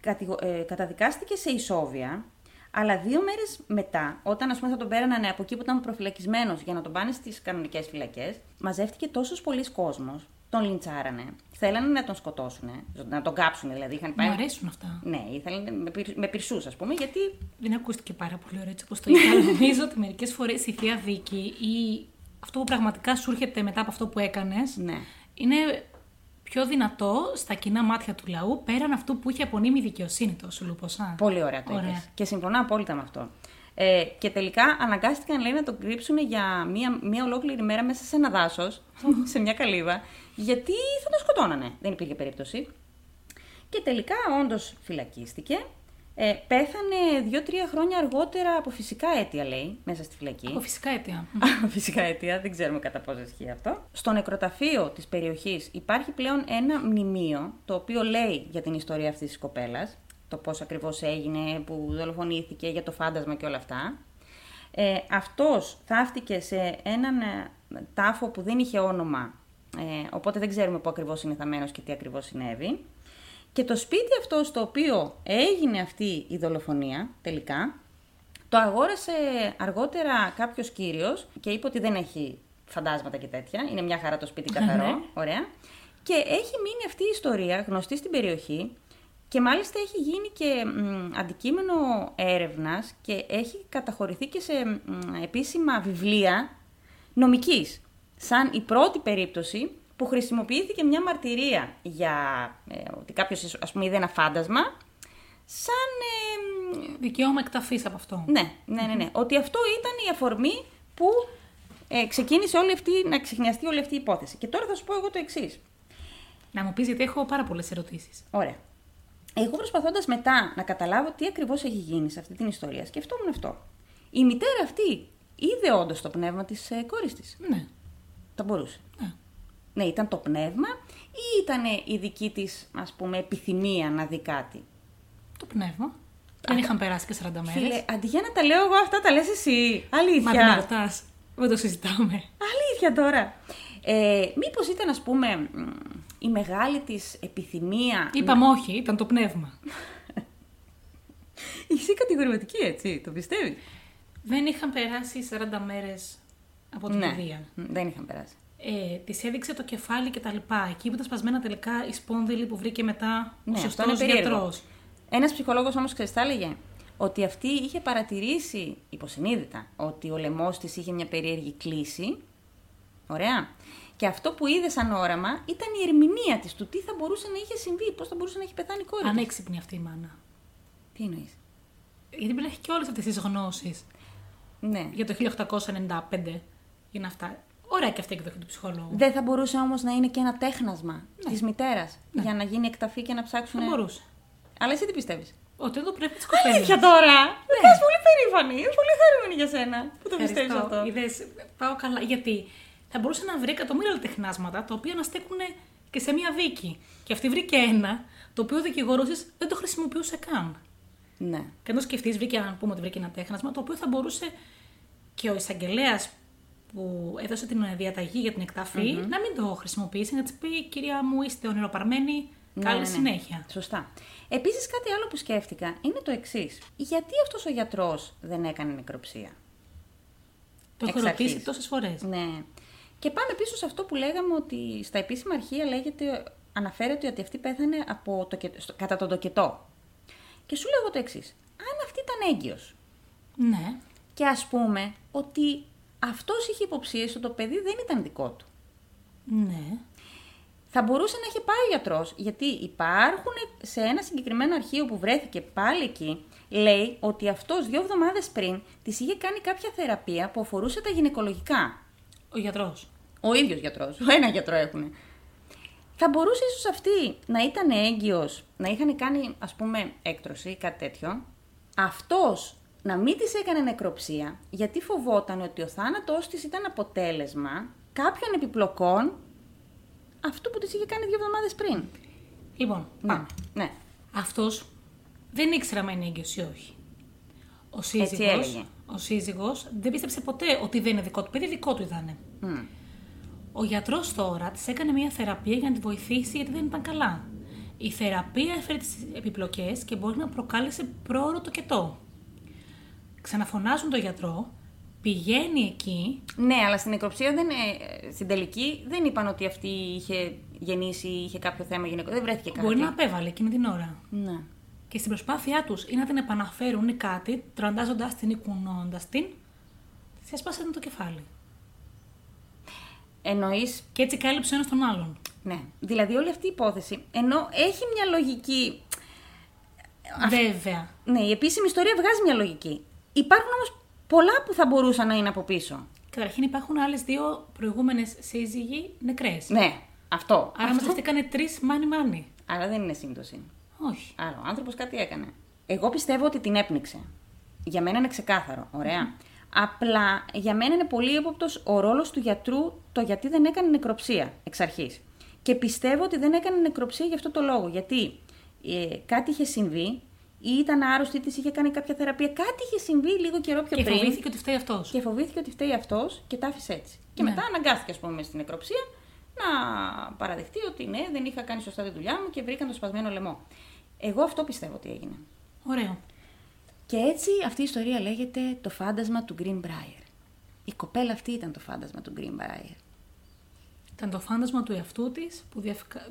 κατηγο- ε, καταδικάστηκε σε ισόβια, αλλά δύο μέρες μετά, όταν ας πούμε, θα τον πέρανανε από εκεί που ήταν προφυλακισμένος για να τον πάνε στις κανονικές φυλακές, μαζεύτηκε τόσος πολλοί κόσμος, τον λιντσάρανε, θέλανε να τον σκοτώσουν, να τον κάψουν δηλαδή. Είχαν πάει
Μου αρέσουν αυτά.
ναι, ήθελαν με, πυρ, με πυρσούς, ας πούμε, γιατί.
Δεν ακούστηκε πάρα πολύ ωραία έτσι όπως το είπα. αλλά Νομίζω ότι μερικές φορές η θεία δίκη ή αυτό που πραγματικά σου έρχεται μετά από αυτό που έκανες
Ναι.
είναι πιο δυνατό στα κοινά μάτια του λαού πέραν αυτού που είχε απονείμει η δικαιοσύνη το σου λουποσά.
Πολύ ωραία το είπες.
Ωραία.
Και συμφωνώ απόλυτα με αυτό. Ε, και τελικά αναγκάστηκαν, λέει, να τον κρύψουν για μία, μία ολόκληρη μέρα μέσα σε ένα δάσος, σε μια καλύβα, γιατί θα τον σκοτώνανε. Δεν υπήρχε περίπτωση. Και τελικά όντως φυλακίστηκε. Ε, πέθανε δύο-τρία χρόνια αργότερα από φυσικά αίτια, λέει, μέσα στη φυλακή.
Από φυσικά αίτια.
Φυσικά αιτία, δεν ξέρουμε κατά πόσο ισχύει αυτό. Στο νεκροταφείο της περιοχής υπάρχει πλέον ένα μνημείο το οποίο λέει για την ιστορία αυτής της κοπέλας. Το πώς ακριβώς έγινε, που δολοφονήθηκε, για το φάντασμα και όλα αυτά. Ε, Αυτός θαύτηκε σε έναν ε, τάφο που δεν είχε όνομα. Ε, οπότε δεν ξέρουμε πού ακριβώς είναι θαμένο και τι ακριβώς συνέβη. Και το σπίτι αυτό στο οποίο έγινε αυτή η δολοφονία τελικά, το αγόρασε αργότερα κάποιος κύριος και είπε ότι δεν έχει φαντάσματα και τέτοια. Είναι μια χαρά το σπίτι καθαρό.
Ναι.
Ωραία. Και έχει μείνει αυτή η ιστορία γνωστή στην περιοχή και μάλιστα έχει γίνει και μ, αντικείμενο έρευνας και έχει καταχωρηθεί και σε μ, επίσημα βιβλία νομικής. Σαν η πρώτη περίπτωση που χρησιμοποιήθηκε μια μαρτυρία για ε, ότι κάποιος ας πούμε είδε ένα φάντασμα σαν ε,
Δικαίωμα εκταφής από αυτό.
Ναι, ναι, ναι, ναι. Ότι αυτό ήταν η αφορμή που ε, ξεκίνησε όλη αυτή, να ξεχνιαστεί όλη αυτή η υπόθεση. Και τώρα θα σου πω εγώ το εξής.
Να μου πεις, γιατί έχω πάρα πολλές ερωτήσεις.
Ωραία. Εγώ προσπαθώντας μετά να καταλάβω τι ακριβώς έχει γίνει σε αυτή την ιστορία, σκεφτόμουν αυτό. Η μητέρα αυτή είδε όντως το πνεύμα της ε, κόρης της.
Ναι.
Θα μπορούσε.
ναι.
Ναι, ήταν το πνεύμα ή ήταν η δική της, ας πούμε, επιθυμία να δει κάτι.
Το πνεύμα. Δεν είχαν περάσει και 40 μέρες.
Φίλε, αντί για να τα λέω εγώ αυτά, τα λες εσύ. Αλήθεια.
Μα δεν με ρωτάς. Δεν το συζητάμε.
Αλήθεια τώρα. Ε, μήπως ήταν, ας πούμε, μ, η μεγάλη της επιθυμία...
Είπαμε όχι, ήταν το πνεύμα.
Είσαι κατηγορηματική, έτσι, το πιστεύεις.
Δεν είχαν περάσει 40 μέρες από την
ναι,
παιδεία.
δεν είχαν περάσει.
Ε, της έδειξε το κεφάλι και τα λοιπά. Εκεί που ήταν σπασμένα τελικά η σπόνδυλη που βρήκε μετά ο
Ναι, αυτό
σωστός
είναι περίεργο.
γιατρός.
Ένας ψυχολόγος όμως, ξέρεις, τα έλεγε ότι αυτή είχε παρατηρήσει υποσυνείδητα ότι ο λαιμός της είχε μια περίεργη κλίση. Ωραία. Και αυτό που είδε σαν όραμα ήταν η ερμηνεία της του τι θα μπορούσε να είχε συμβεί, πώς θα μπορούσε να έχει πεθάνει η κόρη της.
Ανέξυπνη αυτή η μάνα.
Τι εννοείς.
Γιατί πρέπει να έχει και όλες αυτές τις γνώσεις
Ναι.
για το 1895 για να αυτά. Ωραία και αυτή η εκδοχή του ψυχολόγου.
Δεν θα μπορούσε όμως να είναι και ένα τέχνασμα της μητέρας για να γίνει εκταφή και να ψάξουν.
Θα μπορούσε.
Αλλά εσύ τι πιστεύεις.
Ότι εδώ πρέπει τις
Αλήθεια
κοπέλε.
τώρα! Ναι. Πες πολύ περήφανη. Είμαι πολύ χαρούμενη για σένα που το πιστεύεις αυτό.
Είδες, πάω καλά. Γιατί θα μπορούσε να βρει εκατομμύρια άλλα τεχνάσματα τα οποία να στέκουν και σε μία δίκη. Και αυτή βρήκε ένα το οποίο ο δικηγόρο δεν το χρησιμοποιούσε καν.
Ναι.
Και ενώ σκεφτείς, βρήκε, αν πούμε ότι βρήκε ένα τέχνασμα, το οποίο θα μπορούσε και ο εισαγγελέας που έδωσε την ε, διαταγή για την εκταφη να μην το χρησιμοποιήσει, να της πει: Κυρία μου, είστε ονειροπαρμένη.
Ναι,
Καλή
ναι, ναι.
συνέχεια.
Σωστά. Επίσης, κάτι άλλο που σκέφτηκα είναι το εξής. Γιατί αυτός ο γιατρός δεν έκανε νεκροψία.
Το έχω
Εξ αρχής.
ρωτήσει τόσες φορές.
Ναι. Και πάμε πίσω σε αυτό που λέγαμε ότι στα επίσημα αρχεία λέγεται, αναφέρεται ότι αυτή πέθανε από το, κε- στο- κατά τον τοκετό. Και σου λέω εγώ το εξής. Αν αυτή ήταν έγκυος
Ναι.
και ας πούμε ότι αυτός είχε υποψίες ότι το παιδί δεν ήταν δικό του.
Ναι.
Θα μπορούσε να είχε πάει ο γιατρός, γιατί υπάρχουν σε ένα συγκεκριμένο αρχείο που βρέθηκε πάλι εκεί, λέει ότι αυτός δύο εβδομάδες πριν της είχε κάνει κάποια θεραπεία που αφορούσε τα γυναικολογικά.
Ο γιατρός.
Ο ίδιος γιατρός. Ένα γιατρό έχουν. Θα μπορούσε ίσως αυτή να ήταν έγκυος, να είχαν κάνει ας πούμε έκτρωση ή κάτι τέτοιο. Αυτός να μην της έκανε νεκροψία, γιατί φοβόταν ότι ο θάνατός της ήταν αποτέλεσμα κάποιων επιπλοκών αυτού που της είχε κάνει δύο εβδομάδες πριν.
Λοιπόν, πάμε.
Ναι. ναι.
Αυτός δεν ήξερα αν είναι έγκυος ή όχι. Ο σύζυγος,
έλεγε.
ο σύζυγος δεν πίστεψε ποτέ ότι δεν είναι δικό του παιδί, δικό του ήταν.
Μμ.
Ο γιατρός τώρα της έκανε μια θεραπεία για να τη βοηθήσει γιατί δεν ήταν καλά. Η θεραπεία έφερε τις επιπλοκές και μπορεί να προκάλεσε πρόωρο το κετό. Ξαναφωνάζουν τον γιατρό, πηγαίνει εκεί.
Ναι, αλλά στην νεκροψία δεν, ε, στην τελική δεν είπαν ότι αυτή είχε γεννήσει ή είχε κάποιο θέμα γυναικό. Δεν βρέθηκε κάτι.
Μπορεί να απέβαλε εκείνη την ώρα.
Ναι.
Και στην προσπάθειά τους είναι να την επαναφέρουν ή κάτι, τραντάζοντας την ή κουνώντας την, τη έσπασαν το κεφάλι.
Εννοείς
Και έτσι κάλυψε ο ένας τον άλλον.
Ναι. Δηλαδή όλη αυτή η υπόθεση, ενώ έχει μια λογική.
Βέβαια.
Ναι, η επίσημη ιστορία βγάζει μια λογική. Υπάρχουν όμως πολλά που θα μπορούσαν να είναι από πίσω.
Καταρχήν υπάρχουν άλλες δύο προηγούμενες σύζυγοι νεκρές.
Ναι, αυτό.
Άρα μας έκανε τρεις μάνι μάνι.
Άρα δεν είναι σύμπτωση.
Όχι.
Άρα ο άνθρωπος κάτι έκανε. Εγώ πιστεύω ότι την έπνιξε. Για μένα είναι ξεκάθαρο. Ωραία. Απλά για μένα είναι πολύ ύποπτο ο ρόλος του γιατρού το γιατί δεν έκανε νεκροψία εξ αρχής. Και πιστεύω ότι δεν έκανε νεκροψία για αυτό το λόγο. Γιατί ε, κάτι είχε συμβεί, ή ήταν άρρωστη, ή της είχε κάνει κάποια θεραπεία. Κάτι είχε συμβεί λίγο καιρό πιο
Και
πριν.
φοβήθηκε ότι φταίει αυτός.
Και φοβήθηκε ότι φταίει αυτός και τα άφησε έτσι. Και
Ναι.
μετά αναγκάστηκε, ας πούμε, στην νεκροψία να παραδεχτεί ότι ναι, δεν είχα κάνει σωστά τη δουλειά μου και βρήκαν το σπασμένο λαιμό. Εγώ αυτό πιστεύω ότι έγινε.
Ωραίο.
Και έτσι αυτή η ιστορία λέγεται Το φάντασμα του Greenbrier. Η κοπέλα αυτή ήταν το φάντασμα του Greenbrier.
Ήταν το φάντασμα του εαυτού της που διευκα-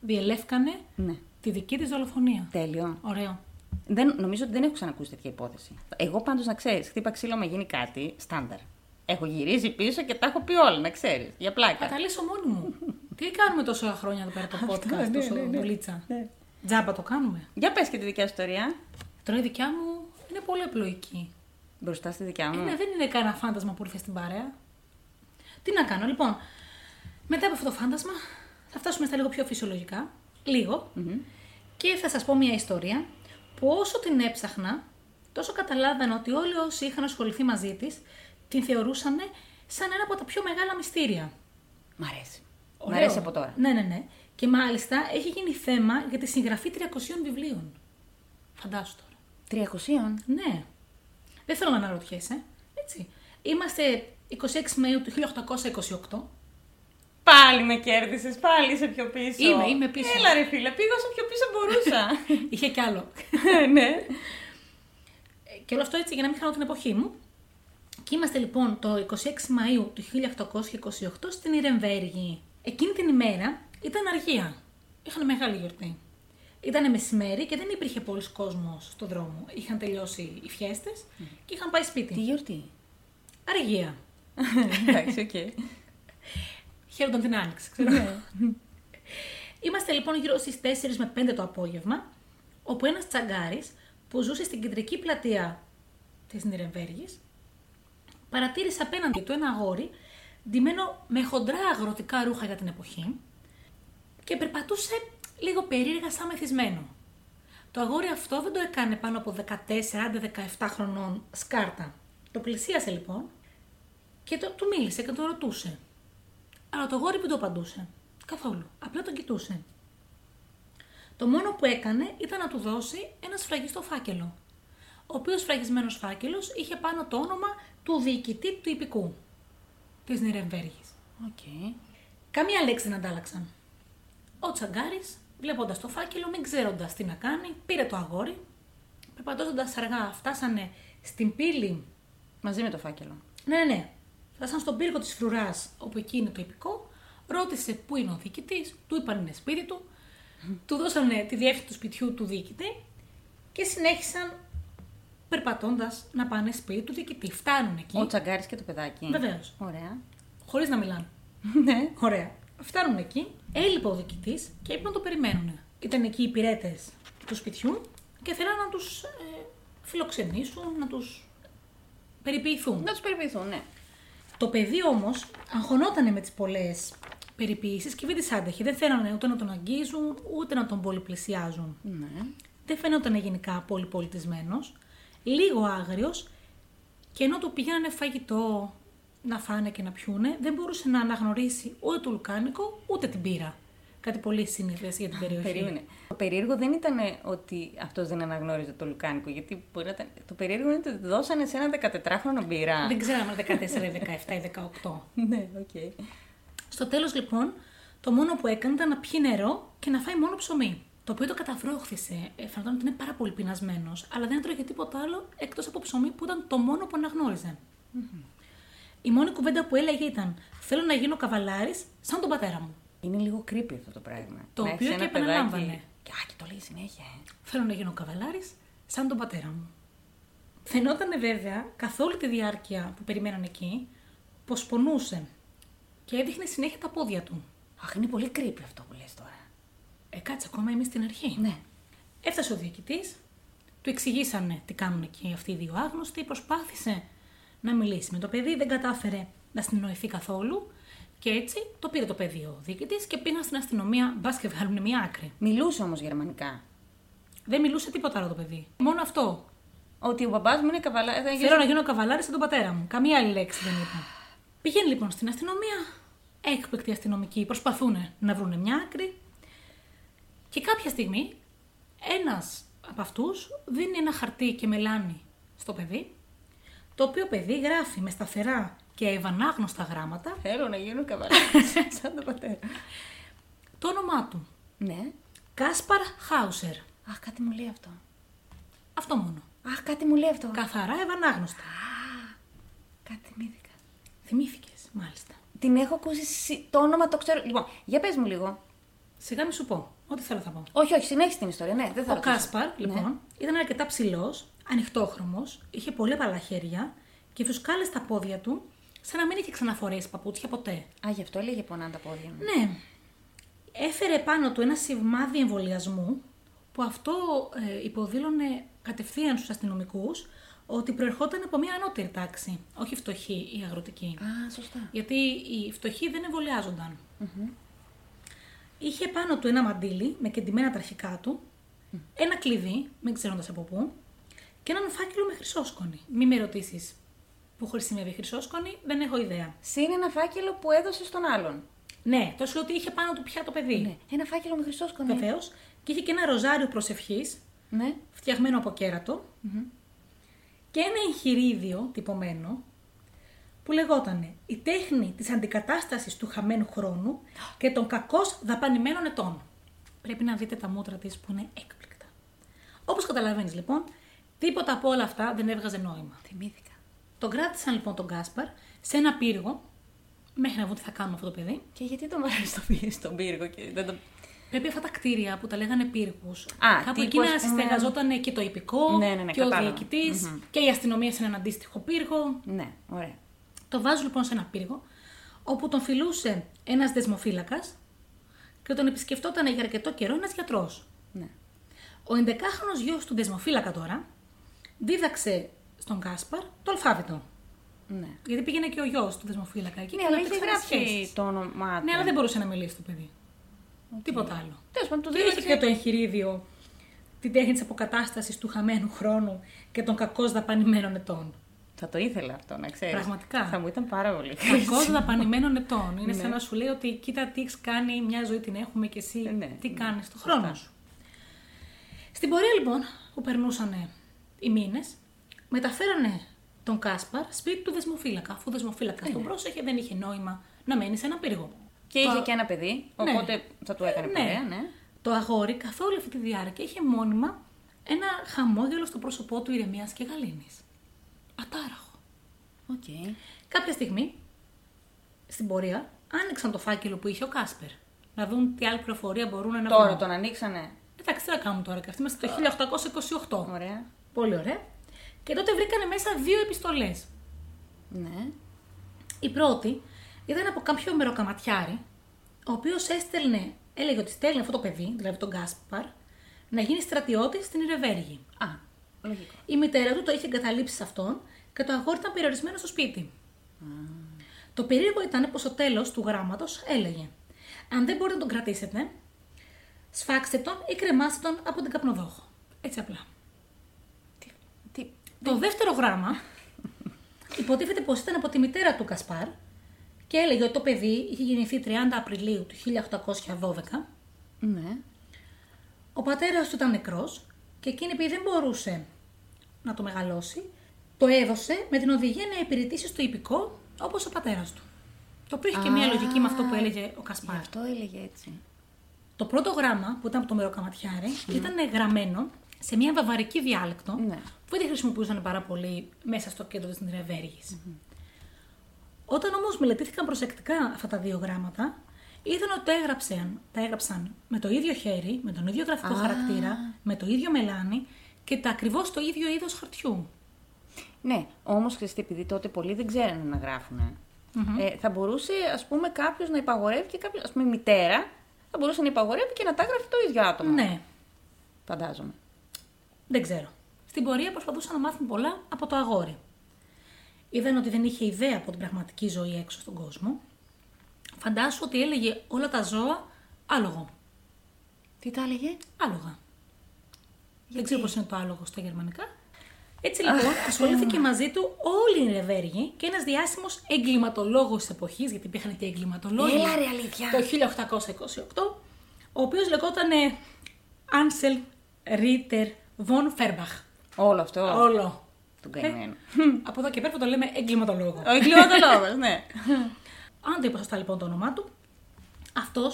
διελεύκανε
Ναι.
τη δική της δολοφονία.
Τέλειο.
Ωραίο.
Ε. Δεν, νομίζω ότι δεν έχω ξανακούσει τέτοια υπόθεση. Εγώ πάντως να ξέρεις, χτύπα ξύλο με γίνει κάτι, στάνταρ. Έχω γυρίσει πίσω και τα έχω πει όλα, να ξέρεις. Για πλάκα.
Θα τα λύσω μόνη μου. Τι κάνουμε τόσα χρόνια εδώ πέρα το podcast,
ναι,
τόσο
ναι, ναι.
δουλίτσα.
Ναι.
Τζάμπα το κάνουμε.
Για πες και τη δικιά σου ιστορία.
Τώρα η δικιά μου είναι πολύ απλοϊκή.
Μπροστά στη δικιά μου.
Ε, ναι, δεν είναι κανένα φάντασμα που ήρθε στην παρέα. Τι να κάνω, λοιπόν. Μετά από αυτό το φάντασμα θα φτάσουμε στα λίγο πιο φυσιολογικά. λίγο, Και θα σας πω μια ιστορία που όσο την έψαχνα, τόσο καταλάβαινα ότι όλοι όσοι είχαν ασχοληθεί μαζί της, την θεωρούσαν σαν ένα από τα πιο μεγάλα μυστήρια.
Μ' αρέσει. Μ'
Ωραίο.
αρέσει από τώρα.
Ναι, ναι, ναι. Και μάλιστα έχει γίνει θέμα για τη συγγραφή 300 βιβλίων. Φαντάσου τώρα.
300.
Ναι. Δεν θέλω να αναρωτιέσαι. Έτσι. Είμαστε 26 Μαΐου του 1828.
Πάλι με κέρδισες, πάλι είσαι πιο πίσω.
Είμαι, είμαι πίσω.
Έλα ρε φίλε, πήγα όσο πιο πίσω μπορούσα.
Είχε κι άλλο.
ναι.
Ε, Και όλο αυτό έτσι για να μην χάνω την εποχή μου. Και είμαστε λοιπόν το 26 Μαΐου του 1828 στην Ιρεμβέργη. Εκείνη την ημέρα ήταν αργία. Είχαν μεγάλη γιορτή. Ήταν μεσημέρι και δεν υπήρχε πολλοί κόσμος στον δρόμο. Είχαν τελειώσει οι φιέστες και είχαν πάει
Τι
σπίτι.
γιορτή.
Αργία.
Εντάξει, οκ.
Χαίρονταν την άνοιξη, ξέρω.
Ναι.
Είμαστε λοιπόν γύρω στις 4 με 5 το απόγευμα, όπου ένας τσαγκάρης που ζούσε στην κεντρική πλατεία της Νιρεμβέργης, παρατήρησε απέναντι του ένα αγόρι, ντυμένο με χοντρά αγροτικά ρούχα για την εποχή και περπατούσε λίγο περίεργα σαν μεθυσμένο. Το αγόρι αυτό δεν το έκανε πάνω από 14 άντε 17 χρονών σκάρτα. Το πλησίασε λοιπόν και το, του μίλησε και το ρωτούσε. Αλλά το αγόρι δεν το απαντούσε. Καθόλου. Απλά τον κοιτούσε. Το μόνο που έκανε ήταν να του δώσει ένα σφραγιστό φάκελο. Ο οποίος σφραγισμένος φάκελος είχε πάνω το όνομα του διοικητή του υπηκού της Νιρεμβέργης.
Οκ.
Καμία λέξη δεν αντάλλαξαν. Ο Τσαγκάρης, βλέποντας το φάκελο, μην ξέροντας τι να κάνει, πήρε το αγόρι. Περπατώντας αργά, φτάσανε στην πύλη
Μαζί με το φάκελο.
ναι, ναι, ναι. Φτάσαν στον πύργο της φρουράς, όπου εκεί είναι το υπηκό, ρώτησε πού είναι ο διοικητής, του είπαν είναι σπίτι του, του δώσανε τη διεύθυνση του σπιτιού του διοικητή και συνέχισαν περπατώντας να πάνε σπίτι του διοικητή. Φτάνουν
Ο
εκεί,
τσαγκάρι και το παιδάκι.
Βεβαίως.
Ωραία.
χωρίς να μιλάνε.
ναι.
Ωραία. Φτάνουν εκεί, έλειπε ο διοικητής και είπαν να το περιμένουν. Ήταν εκεί οι υπηρέτε του σπιτιού και θέλαν να τους φιλοξενήσουν, να τους περιποιηθούν.
Να τους περιποιηθούν, ναι.
Το παιδί όμως αγχωνόταν με τις πολλές περιποιήσει και δεν τις άντεχε. Δεν θέλανε ούτε να τον αγγίζουν, ούτε να τον πολυπλησιάζουν.
Ναι.
Δεν φαινόταν γενικά πολύ πολιτισμένος, λίγο άγριος και ενώ του πηγαίνανε φαγητό να φάνε και να πιούνε, δεν μπορούσε να αναγνωρίσει ούτε το λουκάνικο ούτε την πύρα. Κάτι πολύ σύνηθε για την
Ε,
περιοχή.
Περίμενε. Το περίεργο δεν ήταν ότι αυτός δεν αναγνώριζε το λουκάνικο, γιατί μπορεί να ήταν. Το περίεργο είναι ότι δώσανε σε ένα 14χρονο μπειρά.
Δεν ξέραμε αν 14, 17 ή 18.
ναι, οκ.
Στο τέλος λοιπόν, το μόνο που έκανε ήταν να πιει νερό και να φάει μόνο ψωμί. Το οποίο το καταβρόχθησε. Ε, Φαινόταν ότι είναι πάρα πολύ πεινασμένος, αλλά δεν έτρωγε τίποτα άλλο εκτός από ψωμί που ήταν το μόνο που αναγνώριζε. Η μόνη κουβέντα που έλεγε ήταν: Θέλω να γίνω καβαλάρης σαν τον πατέρα μου.
Είναι λίγο creepy αυτό το πράγμα.
Το
Να
οποίο
έχεις
και
ένα
επαναλάμβανε.
Και, α, και το λέει συνέχεια. ε.
Θέλω να γίνω καβαλάρης σαν τον πατέρα μου. Φαινόταν βέβαια καθ' όλη τη διάρκεια που περιμέναν εκεί πως πονούσε και έδειχνε συνέχεια τα πόδια του.
Αχ, είναι πολύ creepy αυτό που λες τώρα.
Ε, κάτσε ακόμα εμείς στην αρχή.
Ναι.
Έφτασε ο διοικητής, του εξηγήσανε τι κάνουν εκεί αυτοί οι δύο άγνωστοι, προσπάθησε να μιλήσει με το παιδί, δεν κατάφερε να συνεννοηθεί καθόλου και έτσι το πήρε το παιδί ο διοικητής και πήγαν στην αστυνομία, μπας και βγάλουν μια άκρη.
Μιλούσε όμως γερμανικά.
Δεν μιλούσε τίποτα άλλο το παιδί. Μόνο αυτό.
Ότι ο μπαμπάς μου είναι καβαλά. Ε, ήταν γιος-
Θέλω να γίνω καβαλάρης σαν τον πατέρα μου. Καμία άλλη λέξη δεν είπα. Πηγαίνει λοιπόν στην αστυνομία, έκπληκτοι αστυνομικοί προσπαθούν να βρουν μια άκρη και κάποια στιγμή ένας από αυτούς δίνει ένα χαρτί και μελάνι στο παιδί, το οποίο παιδί γράφει με σταθερά και ευανάγνωστα γράμματα
Θέλω να γίνω καβαλά. σαν τον πατέρα.
το όνομά του,
Ναι.
Κάσπαρ Χάουσερ.
Αχ, κάτι μου λέει αυτό.
Αυτό μόνο.
Αχ, κάτι μου λέει αυτό.
Καθαρά ευανάγνωστα.
Κάτι θυμήθηκα.
Θυμήθηκες, μάλιστα.
Την έχω ακούσει. συ- Το όνομα το ξέρω. Λοιπόν, για πες μου λίγο.
Σιγά μη σου πω. Ό,τι θέλω θα πω.
Όχι, όχι, συνέχισε την ιστορία. Ναι, δεν θα
Ο
ρωτήσω.
Κάσπαρ, λοιπόν, ήταν αρκετά ψηλός, ανοιχτόχρωμος, είχε πολύ απαλά χέρια και φουσκάλε στα πόδια του, σαν να μην είχε ξαναφορέσει παπούτσια ποτέ.
Α, γι' αυτό έλεγε πονάν τα πόδια μου.
Ναι. Έφερε πάνω του ένα σημάδι εμβολιασμού που αυτό ε, υποδήλωνε κατευθείαν στους αστυνομικούς ότι προερχόταν από μια ανώτερη τάξη, όχι φτωχή ή αγροτική.
Α, σωστά.
Γιατί οι φτωχοί δεν εμβολιάζονταν. Είχε πάνω του ένα μαντίλι με κεντυμένα τα αρχικά του, ένα κλειδί, μην ξέροντας από πού, και έναν φάκελο με χρυσόσκονη. Μη με ρωτήσεις που χρησιμεύει χρυσόσκονη, δεν έχω ιδέα.
Συν ένα φάκελο που έδωσε στον άλλον.
Ναι, τόσο ότι είχε πάνω του πια το παιδί.
Ναι. Ένα φάκελο με χρυσόσκονη.
Βεβαίως. Και είχε και ένα ροζάριο προσευχής,
Ναι.
φτιαγμένο από κέρατο, και ένα εγχειρίδιο τυπωμένο που λεγότανε «Η τέχνη της αντικατάστασης του χαμένου χρόνου και των κακώς δαπανημένων ετών». Πρέπει να δείτε τα μούτρα της που είναι έκπληκτα. Όπως καταλαβαίνεις λοιπόν, τίποτα από όλα αυτά δεν έβγαζε νόημα.
Θυμήθηκα.
Τον κράτησαν λοιπόν τον Γκάσπαρ σε ένα πύργο, μέχρι να δουν τι θα κάνουμε αυτό το παιδί.
Και γιατί τον βάλε στο πύ- στον πύργο και δεν τον.
Πρέπει αυτά τα κτίρια που τα λέγανε πύργους.
Α, τύπου,
Κάπου εκεί να
ας πούμε,
συστεγαζόταν και το υπηκό
Ναι, ναι, ναι,
και ο
κατάλαβα.
διοικητη και η αστυνομία σε έναν αντίστοιχο πύργο.
Ναι, ωραία.
Το βάζουν λοιπόν σε ένα πύργο, όπου τον φιλούσε ένας δεσμοφύλακας και τον επισκεφτόταν για αρκετό καιρό ένας γιατρός.
Ναι.
Ο 11χρονο γιος του δεσμοφύλακα τώρα δίδαξε στον Κάσπαρ το αλφάβητο.
Ναι.
Γιατί πήγαινε και ο γιος του δεσμοφύλακα εκεί.
Ναι,
και
αλλά
του
είχε
έπαιξαν
γράψει
σχέσεις.
το όνομά του.
Ναι, αλλά δεν μπορούσε να μιλήσει το παιδί. Τίποτα άλλο.
Τέλος πάντων, του
Και είχε και
δίνει.
το εγχειρίδιο την τέχνη της αποκατάστασης του χαμένου χρόνου και των κακώς δαπανημένων ετών.
Θα το ήθελα αυτό, να ξέρεις.
Πραγματικά.
Θα μου ήταν πάρα πολύ.
Κακώς δαπανημένων ετών.
Ναι.
Είναι σαν να σου λέει ότι κοίτα τι έχεις κάνει, μια ζωή την έχουμε και εσύ
Ναι,
τι
ναι.
κάνεις στον χρόνο σου. Στην πορεία λοιπόν που περνούσαν οι μήνες, μεταφέρανε τον Κάσπαρ σπίτι του δεσμοφύλακα. Αφού ο δεσμοφύλακα τον πρόσεχε, δεν είχε νόημα να μένει σε ένα πύργο.
Ε, ναι. Και
Το-
είχε και ένα παιδί, οπότε θα του έκανε
Ε,
παρέα, ναι.
Το αγόρι καθ' όλη αυτή τη διάρκεια είχε μόνιμα ένα χαμόγελο στο πρόσωπό του ηρεμίας και γαλήνης. Ατάραχο.
Οκ.
Κάποια στιγμή, στην πορεία, άνοιξαν το φάκελο που είχε ο Κάσπερ. Να δουν τι άλλη πληροφορία μπορούν να
Τώρα
βρουν.
τον ανοίξανε.
Εντάξει, τι θα κάνουμε τώρα, και αυτοί είμαστε το 1828.
Ωραία.
Πολύ ωραία. Και τότε βρήκανε μέσα δύο επιστολές.
Ναι.
Η πρώτη ήταν από κάποιο μεροκαματιάρι, ο οποίος έστελνε, έλεγε ότι στέλνει αυτό το παιδί, δηλαδή τον Κάσπαρ, να γίνει στρατιώτη στην Ιρεβέργη.
Α, λογικό.
Η μητέρα του το είχε εγκαταλείψει σε αυτόν και το αγόρι ήταν περιορισμένο στο σπίτι. Το περίεργο ήταν πως στο τέλος του γράμματος έλεγε: Αν δεν μπορείτε να τον κρατήσετε, σφάξτε τον ή κρεμάστε τον από την καπνοδόχο. Έτσι απλά.
Τι.
Το δεύτερο γράμμα υποτίθεται πως ήταν από τη μητέρα του Κασπάρ και έλεγε ότι το παιδί είχε γεννηθεί 30 Απριλίου του 1812.
Ναι.
Ο πατέρας του ήταν νεκρός και εκείνη επειδή δεν μπορούσε να το μεγαλώσει, το έδωσε με την οδηγία να υπηρετήσει στο υπηκό όπως ο πατέρας του. Το οποίο είχε και μία
Α,
λογική με αυτό που έλεγε ο
Γι'
Κασπάρ.
αυτό έλεγε έτσι.
Το πρώτο γράμμα που ήταν από το μεροκαματιάρι ήταν γραμμένο σε μία βαβαρική διάλεκτο
Ναι.
που δεν χρησιμοποιούσαν πάρα πολύ μέσα στο κέντρο της νηρεβεργης Όταν όμως μελετήθηκαν προσεκτικά αυτά τα δύο γράμματα, είδαν ότι τα έγραψαν, τα έγραψαν με το ίδιο χέρι, με τον ίδιο γραφικό
Α.
χαρακτήρα, με το ίδιο μελάνι και τα ακριβώς το ίδιο είδος χαρτιού.
Ναι, όμως Χριστή, επειδή τότε πολλοί δεν ξέρανε να γραφουν Ε, θα μπορούσε, ας πούμε, κάποιος να υπαγορεύει και κάποιος. Ας πούμε, η μητέρα θα μπορούσε να υπαγορεύει και να τα γράφει το ίδιο άτομο.
Ναι,
Φαντάζομαι.
δεν ξέρω. Στην πορεία προσπαθούσαν να μάθουν πολλά από το αγόρι. Είδαν ότι δεν είχε ιδέα από την πραγματική ζωή έξω στον κόσμο. Φαντάσου ότι έλεγε όλα τα ζώα άλογο.
Τι τα έλεγε.
Άλογα. Δεν ξέρω πώς είναι το άλογο στα γερμανικά. Έτσι λοιπόν, ασχολήθηκε μαζί του όλη η Ρεβέργη και ένας διάσημος εγκληματολόγος της εποχής, γιατί υπήρχαν και εγκληματολόγοι.
Έλα ρε, αλήθεια.
Το 1828, ο οποίο λεγόταν Άνσελ Ρίτερ Βον Φέρμπαχ.
Όλο αυτό.
Όλο.
Του καημένου.
Από εδώ και πέρα που το λέμε εγκληματολόγο.
Ο εγκληματολόγος, ναι.
Αν το είπα σωστά λοιπόν το όνομά του, αυτός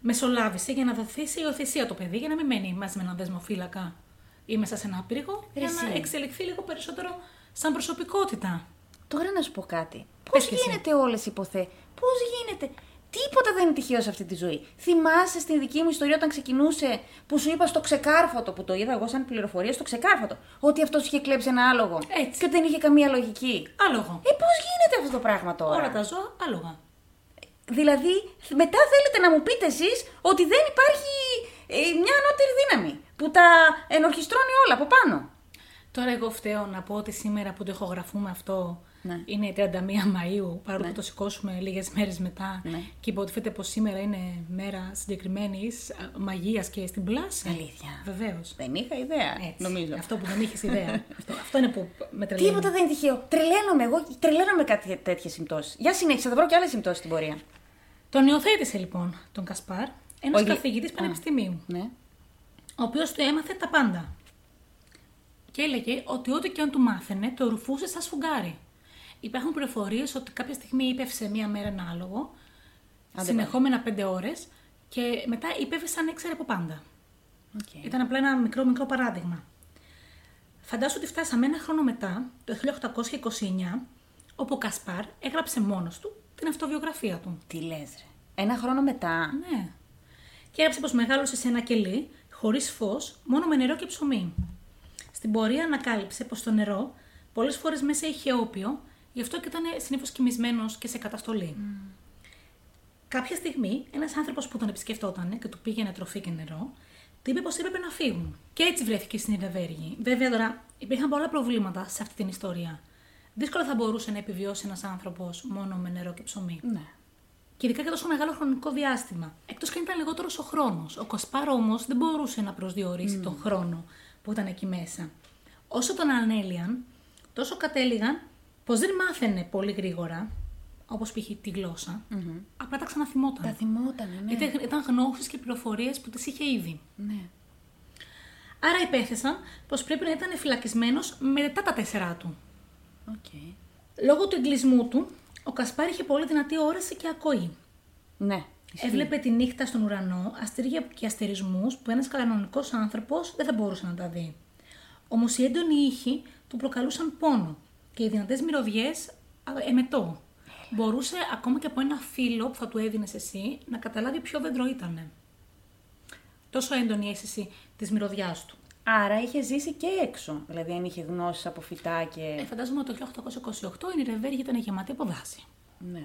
μεσολάβησε για να δοθεί σε υιοθεσία το παιδί για να μην μένει μαζί με έναν δεσμοφύλακα ή μέσα σε ένα πύργο,
Ρε
για
εσύ.
να εξελιχθεί λίγο περισσότερο σαν προσωπικότητα.
Τώρα να σου πω κάτι. Πώ
Πες και εσύ.
γίνεται όλες οι υποθέσεις. Πώς γίνεται. Τίποτα δεν είναι τυχαίο σε αυτή τη ζωή. Θυμάσαι στην δική μου ιστορία όταν ξεκινούσε που σου είπα στο ξεκάρφωτο, που το είδα εγώ σαν πληροφορία στο ξεκάρφωτο, ότι αυτός είχε κλέψει ένα άλογο.
Έτσι.
Και ότι δεν είχε καμία λογική.
Άλογο.
Ε, πώς γίνεται αυτό το πράγμα τώρα.
Όλα τα ζώα άλογα.
Δηλαδή, μετά θέλετε να μου πείτε εσείς ότι δεν υπάρχει ε, μια ανώτερη δύναμη που τα ενορχιστρώνει όλα από πάνω.
Τώρα εγώ φταίω να πω ότι σήμερα που το ηχογραφούμε αυτό
Ναι.
είναι η 31 Μαΐου, παρόλο που το σηκώσουμε λίγες μέρες μετά
Ναι.
και υποτίθεται πως σήμερα είναι μέρα συγκεκριμένης α, μαγείας και στην πλάση.
Αλήθεια.
Βεβαίως.
Δεν είχα ιδέα,
Έτσι.
νομίζω.
Αυτό που δεν είχες ιδέα. αυτό, αυτό είναι που με τρελαίνει.
Τίποτα δεν είναι τυχαίο. Τρελαίνομαι εγώ, τρελαίνομαι με κάτι τέτοιες συμπτώσεις. Για συνέχισα, θα βρω και άλλες συμπτώσεις στην πορεία.
Τον υιοθέτησε λοιπόν τον Κασπάρ, ένας
Ο γε-
καθηγητής
Α.
πανεπιστημίου,
Ναι.
ο οποίος του έμαθε τα πάντα. Και έλεγε ότι ό,τι και αν του μάθαινε, το ρουφούσε σαν σφουγγάρι. Υπάρχουν πληροφορίες ότι κάποια στιγμή ύπευσε μία μέρα ένα άλογο,
Άντε
συνεχόμενα πέντε ώρες, και μετά ύπευε σαν έξερε από πάντα.
Okay.
Ήταν απλά ένα μικρό μικρό παράδειγμα. Φαντάσου ότι φτάσαμε ένα χρόνο μετά, το 1829, όπου ο Κασπάρ έγραψε μόνος του την αυτοβιογραφία του.
Τι λες, ρε. Ένα χρόνο μετά.
Ναι. Και έγραψε πως μεγάλωσε σε ένα κελί, χωρίς φως, μόνο με νερό και ψωμί. Στην πορεία ανακάλυψε πως το νερό πολλές φορές μέσα είχε όπιο, γι' αυτό και ήταν συνήθως κοιμισμένος και σε καταστολή. Κάποια στιγμή, ένας άνθρωπος που τον επισκεφτόταν και του πήγαινε τροφή και νερό, του είπε πως έπρεπε να φύγουν. Και έτσι βρέθηκε στην Ιρεβέργη. Βέβαια τώρα υπήρχαν πολλά προβλήματα σε αυτή την ιστορία. Δύσκολα θα μπορούσε να επιβιώσει ένας άνθρωπος μόνο με νερό και ψωμι
Ναι.
και ειδικά για τόσο μεγάλο χρονικό διάστημα. Εκτός και αν ήταν λιγότερος ο χρόνος. Ο Κοσπάρο όμως δεν μπορούσε να προσδιορίσει τον χρόνο που ήταν εκεί μέσα. Όσο τον ανέλυαν, τόσο κατέληγαν πως δεν μάθαινε πολύ γρήγορα, όπως π.χ. τη γλωσσα απλά τα ξαναθυμόταν.
Mm. Τα θυμόταν, ναι.
Γιατί ήταν γνώσει και πληροφορίες που τις είχε ήδη.
ναι.
Άρα υπέθεσαν πως πρέπει να ήταν φυλακισμένος μετά τα τέσσερά του.
Okay.
Λόγω του εγκλισμού του, ο Κασπάρ είχε πολύ δυνατή όραση και ακοή.
Ναι.
Έβλεπε τη νύχτα στον ουρανό αστέρια και αστερισμούς που ένας κανονικός άνθρωπος δεν θα μπορούσε να τα δει. Όμως οι έντονοι ήχοι του προκαλούσαν πόνο και οι δυνατές μυρωδιές εμετό. Μπορούσε ακόμα και από ένα φύλλο που θα του έδινες εσύ να καταλάβει ποιο δέντρο ήταν. Τόσο έντονη η αίσθηση της μυρωδιάς του.
Άρα είχε ζήσει και έξω. Δηλαδή, αν είχε γνώσεις από φυτά
Ε,
και.
φαντάζομαι ότι το 1828 η Νιρεβέργη ήταν γεμάτη από δάση.
Ναι.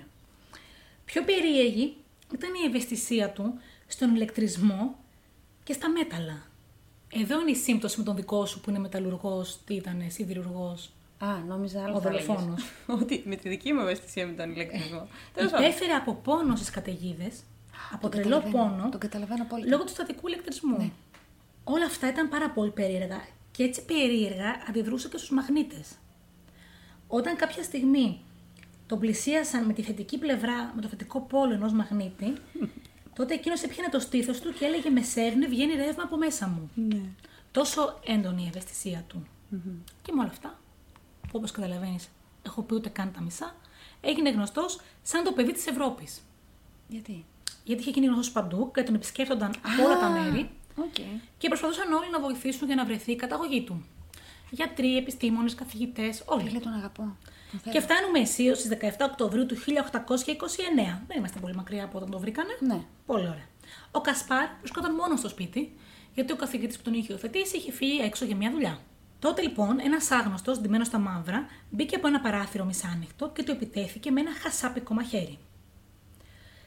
Πιο περίεργη ήταν η ευαισθησία του στον ηλεκτρισμό και στα μέταλλα. Εδώ είναι η σύμπτωση με τον δικό σου που είναι μεταλλουργός, τι ήταν, σιδηρουργός.
Α, νόμιζα άλλο.
Ο
θα έλεγες.
δολοφόνος.
Ότι με τη δική μου ευαισθησία με τον ηλεκτρισμό. Τέλος πάντων.
Υπέφερε από πόνο στις καταιγίδες, από
Τον
τρελό
καταλαβαίνω.
πόνο,
Τον καταλαβαίνω απόλυτα.
λόγω του στατικού ηλεκτρισμού. Όλα αυτά ήταν πάρα πολύ περίεργα και έτσι περίεργα αντιδρούσε και στους μαγνήτες. Όταν κάποια στιγμή τον πλησίασαν με τη θετική πλευρά, με το θετικό πόλο ενός μαγνήτη, τότε εκείνος έπιανε το στήθος του και έλεγε «Με σέρνει, βγαίνει ρεύμα από μέσα μου».
Ναι.
Τόσο έντονη η ευαισθησία του. Και με όλα αυτά, που όπως καταλαβαίνεις έχω πει ούτε καν τα μισά, έγινε γνωστός σαν το παιδί της Ευρώπης.
Γιατί.
Γιατί είχε γίνει γνωστός παντού και τον επισκέφτονταν από όλα τα
Α,
μέρη
Οκ.
και προσπαθούσαν όλοι να βοηθήσουν για να βρεθεί η καταγωγή του. Γιατροί, επιστήμονες, καθηγητές, όλοι.
Φίλε, τον αγαπώ. Τον θέλω.
Και φτάνουμε αισίως στις 17 Οκτωβρίου του 1829. Δεν είμαστε πολύ μακριά από όταν τον βρήκανε.
Ναι.
Πολύ ωραία. Ο Κασπάρ βρισκόταν μόνο στο σπίτι, γιατί ο καθηγητής που τον είχε υιοθετήσει είχε φύγει έξω για μια δουλειά. Τότε λοιπόν ένας άγνωστος, ντυμένος στα μαύρα, μπήκε από ένα παράθυρο μισάνυχτο και του επιτέθηκε με ένα χασάπικο μαχαίρι.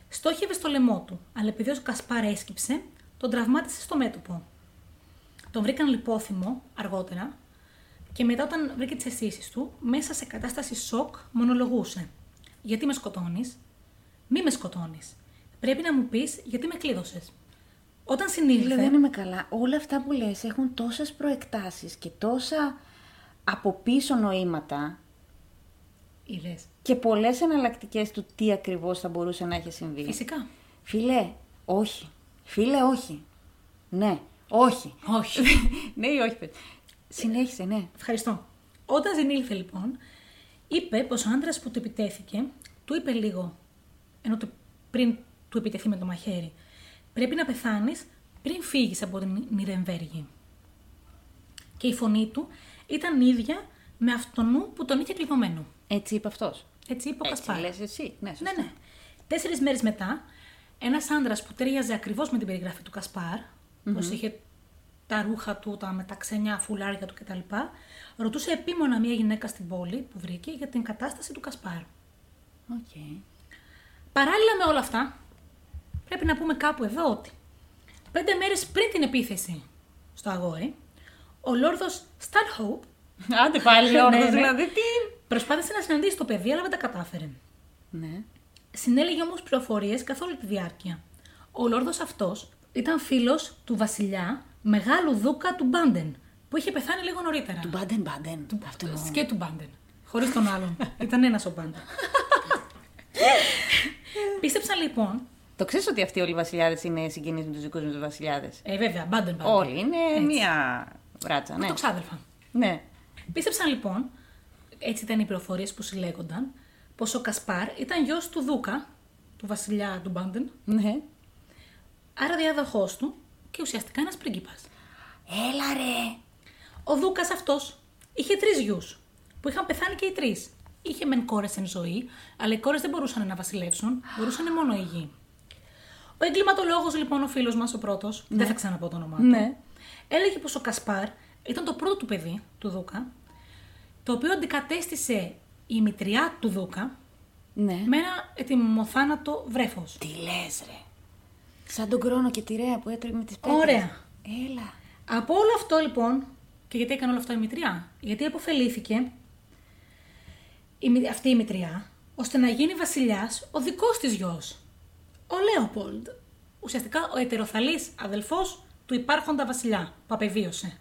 Στόχευε στο λαιμό του, αλλά επειδή ο Κασπάρ έσκυψε, τον τραυμάτισε στο μέτωπο. Τον βρήκαν λιπόθυμο αργότερα και μετά όταν βρήκε τις αισθήσεις του, μέσα σε κατάσταση σοκ μονολογούσε. Γιατί με σκοτώνεις, μη με σκοτώνεις. Πρέπει να μου πεις γιατί με κλείδωσες. Όταν
Φίλε, δεν
συνήλθε,
είμαι καλά. Όλα αυτά που λες έχουν τόσες προεκτάσεις και τόσα από πίσω νοήματα
είδες,
και πολλές εναλλακτικές του τι ακριβώς θα μπορούσε να έχει συμβεί.
φυσικά.
Φίλε, όχι. Φίλε, όχι. Ναι, όχι.
Όχι.
ναι ή όχι, παιδί. Συνέχισε, ναι.
Ευχαριστώ. Όταν συνήλθε λοιπόν, είπε πως ο άντρας που του επιτέθηκε, του είπε λίγο, ενώ του, πριν του επιτεθεί με το μαχαίρι, πρέπει να πεθάνεις πριν φύγεις από την Νιρεμβέργη. Και η φωνή του ήταν ίδια με αυτόν που τον είχε κλειδωμένο.
Έτσι είπε αυτός.
Έτσι είπε ο
Έτσι
Κασπάρ.
λες εσύ. Ναι, σωστά.
Ναι, ναι. Τέσσερις μέρες μετά, ένας άντρας που ταιριάζε ακριβώς με την περιγραφή του Κασπάρ, πως είχε τα ρούχα του, τα μεταξενιά φουλάρια του κτλ., ρωτούσε επίμονα μία γυναίκα στην πόλη που βρήκε για την κατάσταση του Κασπάρ.
Οκ.
Παράλληλα με όλα αυτά, πρέπει να πούμε κάπου εδώ ότι Πέντε μέρες πριν την επίθεση στο αγόρι, ο Λόρδος Stanhope
Άντε πάλι
Ναι,
Λόρδος,
ναι.
δηλαδή τι.
προσπάθησε να συναντήσει το παιδί, αλλά δεν τα κατάφερε.
Ναι.
Συνέλεγε όμως πληροφορίες καθ' όλη τη διάρκεια. Ο Λόρδος αυτός ήταν φίλος του βασιλιά μεγάλου δούκα του Μπάντεν, που είχε πεθάνει λίγο νωρίτερα.
Του μπάντεν μπάντεν. Αυτό εννοώ.
Και του Μπάντεν. Χωρίς τον άλλον. Ήταν ένας ο Μπάντεν. Πίστεψαν λοιπόν.
Το ξέρεις ότι αυτοί όλοι οι βασιλιάδες είναι συγγενείς με τους δικούς μα βασιλιάδες.
Ε, βέβαια, Μπάντεν Μπάντεν.
Όλοι είναι μία βράτσα, ναι.
Το ξάδελφα.
Ναι.
Πίστεψαν λοιπόν, έτσι ήταν οι πληροφορίες που συλλέγονταν, πως ο Κασπάρ ήταν γιος του Δούκα, του βασιλιά του Μπάντεν,
ναι.
άρα διάδοχό του και ουσιαστικά ένας πρίγκιπας.
Έλα ρε.
Ο Δούκας αυτός είχε τρεις γιους που είχαν πεθάνει και οι τρεις. Είχε μεν κόρες εν ζωή, αλλά οι κόρες δεν μπορούσαν να βασιλεύσουν, μπορούσαν μόνο οι γη. Ο εγκληματολόγος λοιπόν, ο φίλος μας ο πρώτος, δεν θα ξαναπώ το όνομά του,
Ναι.
έλεγε πως ο Κασπάρ ήταν το πρώτο του παιδί του Δούκα, το οποίο αντικατέστησε η μητριά του Δούκα
Ναι.
με ένα ετοιμοθάνατο βρέφος.
Τι λες, ρε. Σαν τον Κρόνο και τη Ρέα που έτρωγε με τις πέτρες.
Ωραία.
Έλα.
Από όλο αυτό λοιπόν, και γιατί έκανε όλο αυτό η μητριά, γιατί αποφελήθηκε η, μη- αυτή η μητριά, ώστε να γίνει βασιλιάς ο δικός της γιος, ο Λέοπολντ. Ουσιαστικά ο ετεροθαλής αδελφός του υπάρχοντα βασιλιά, που απεβίωσε.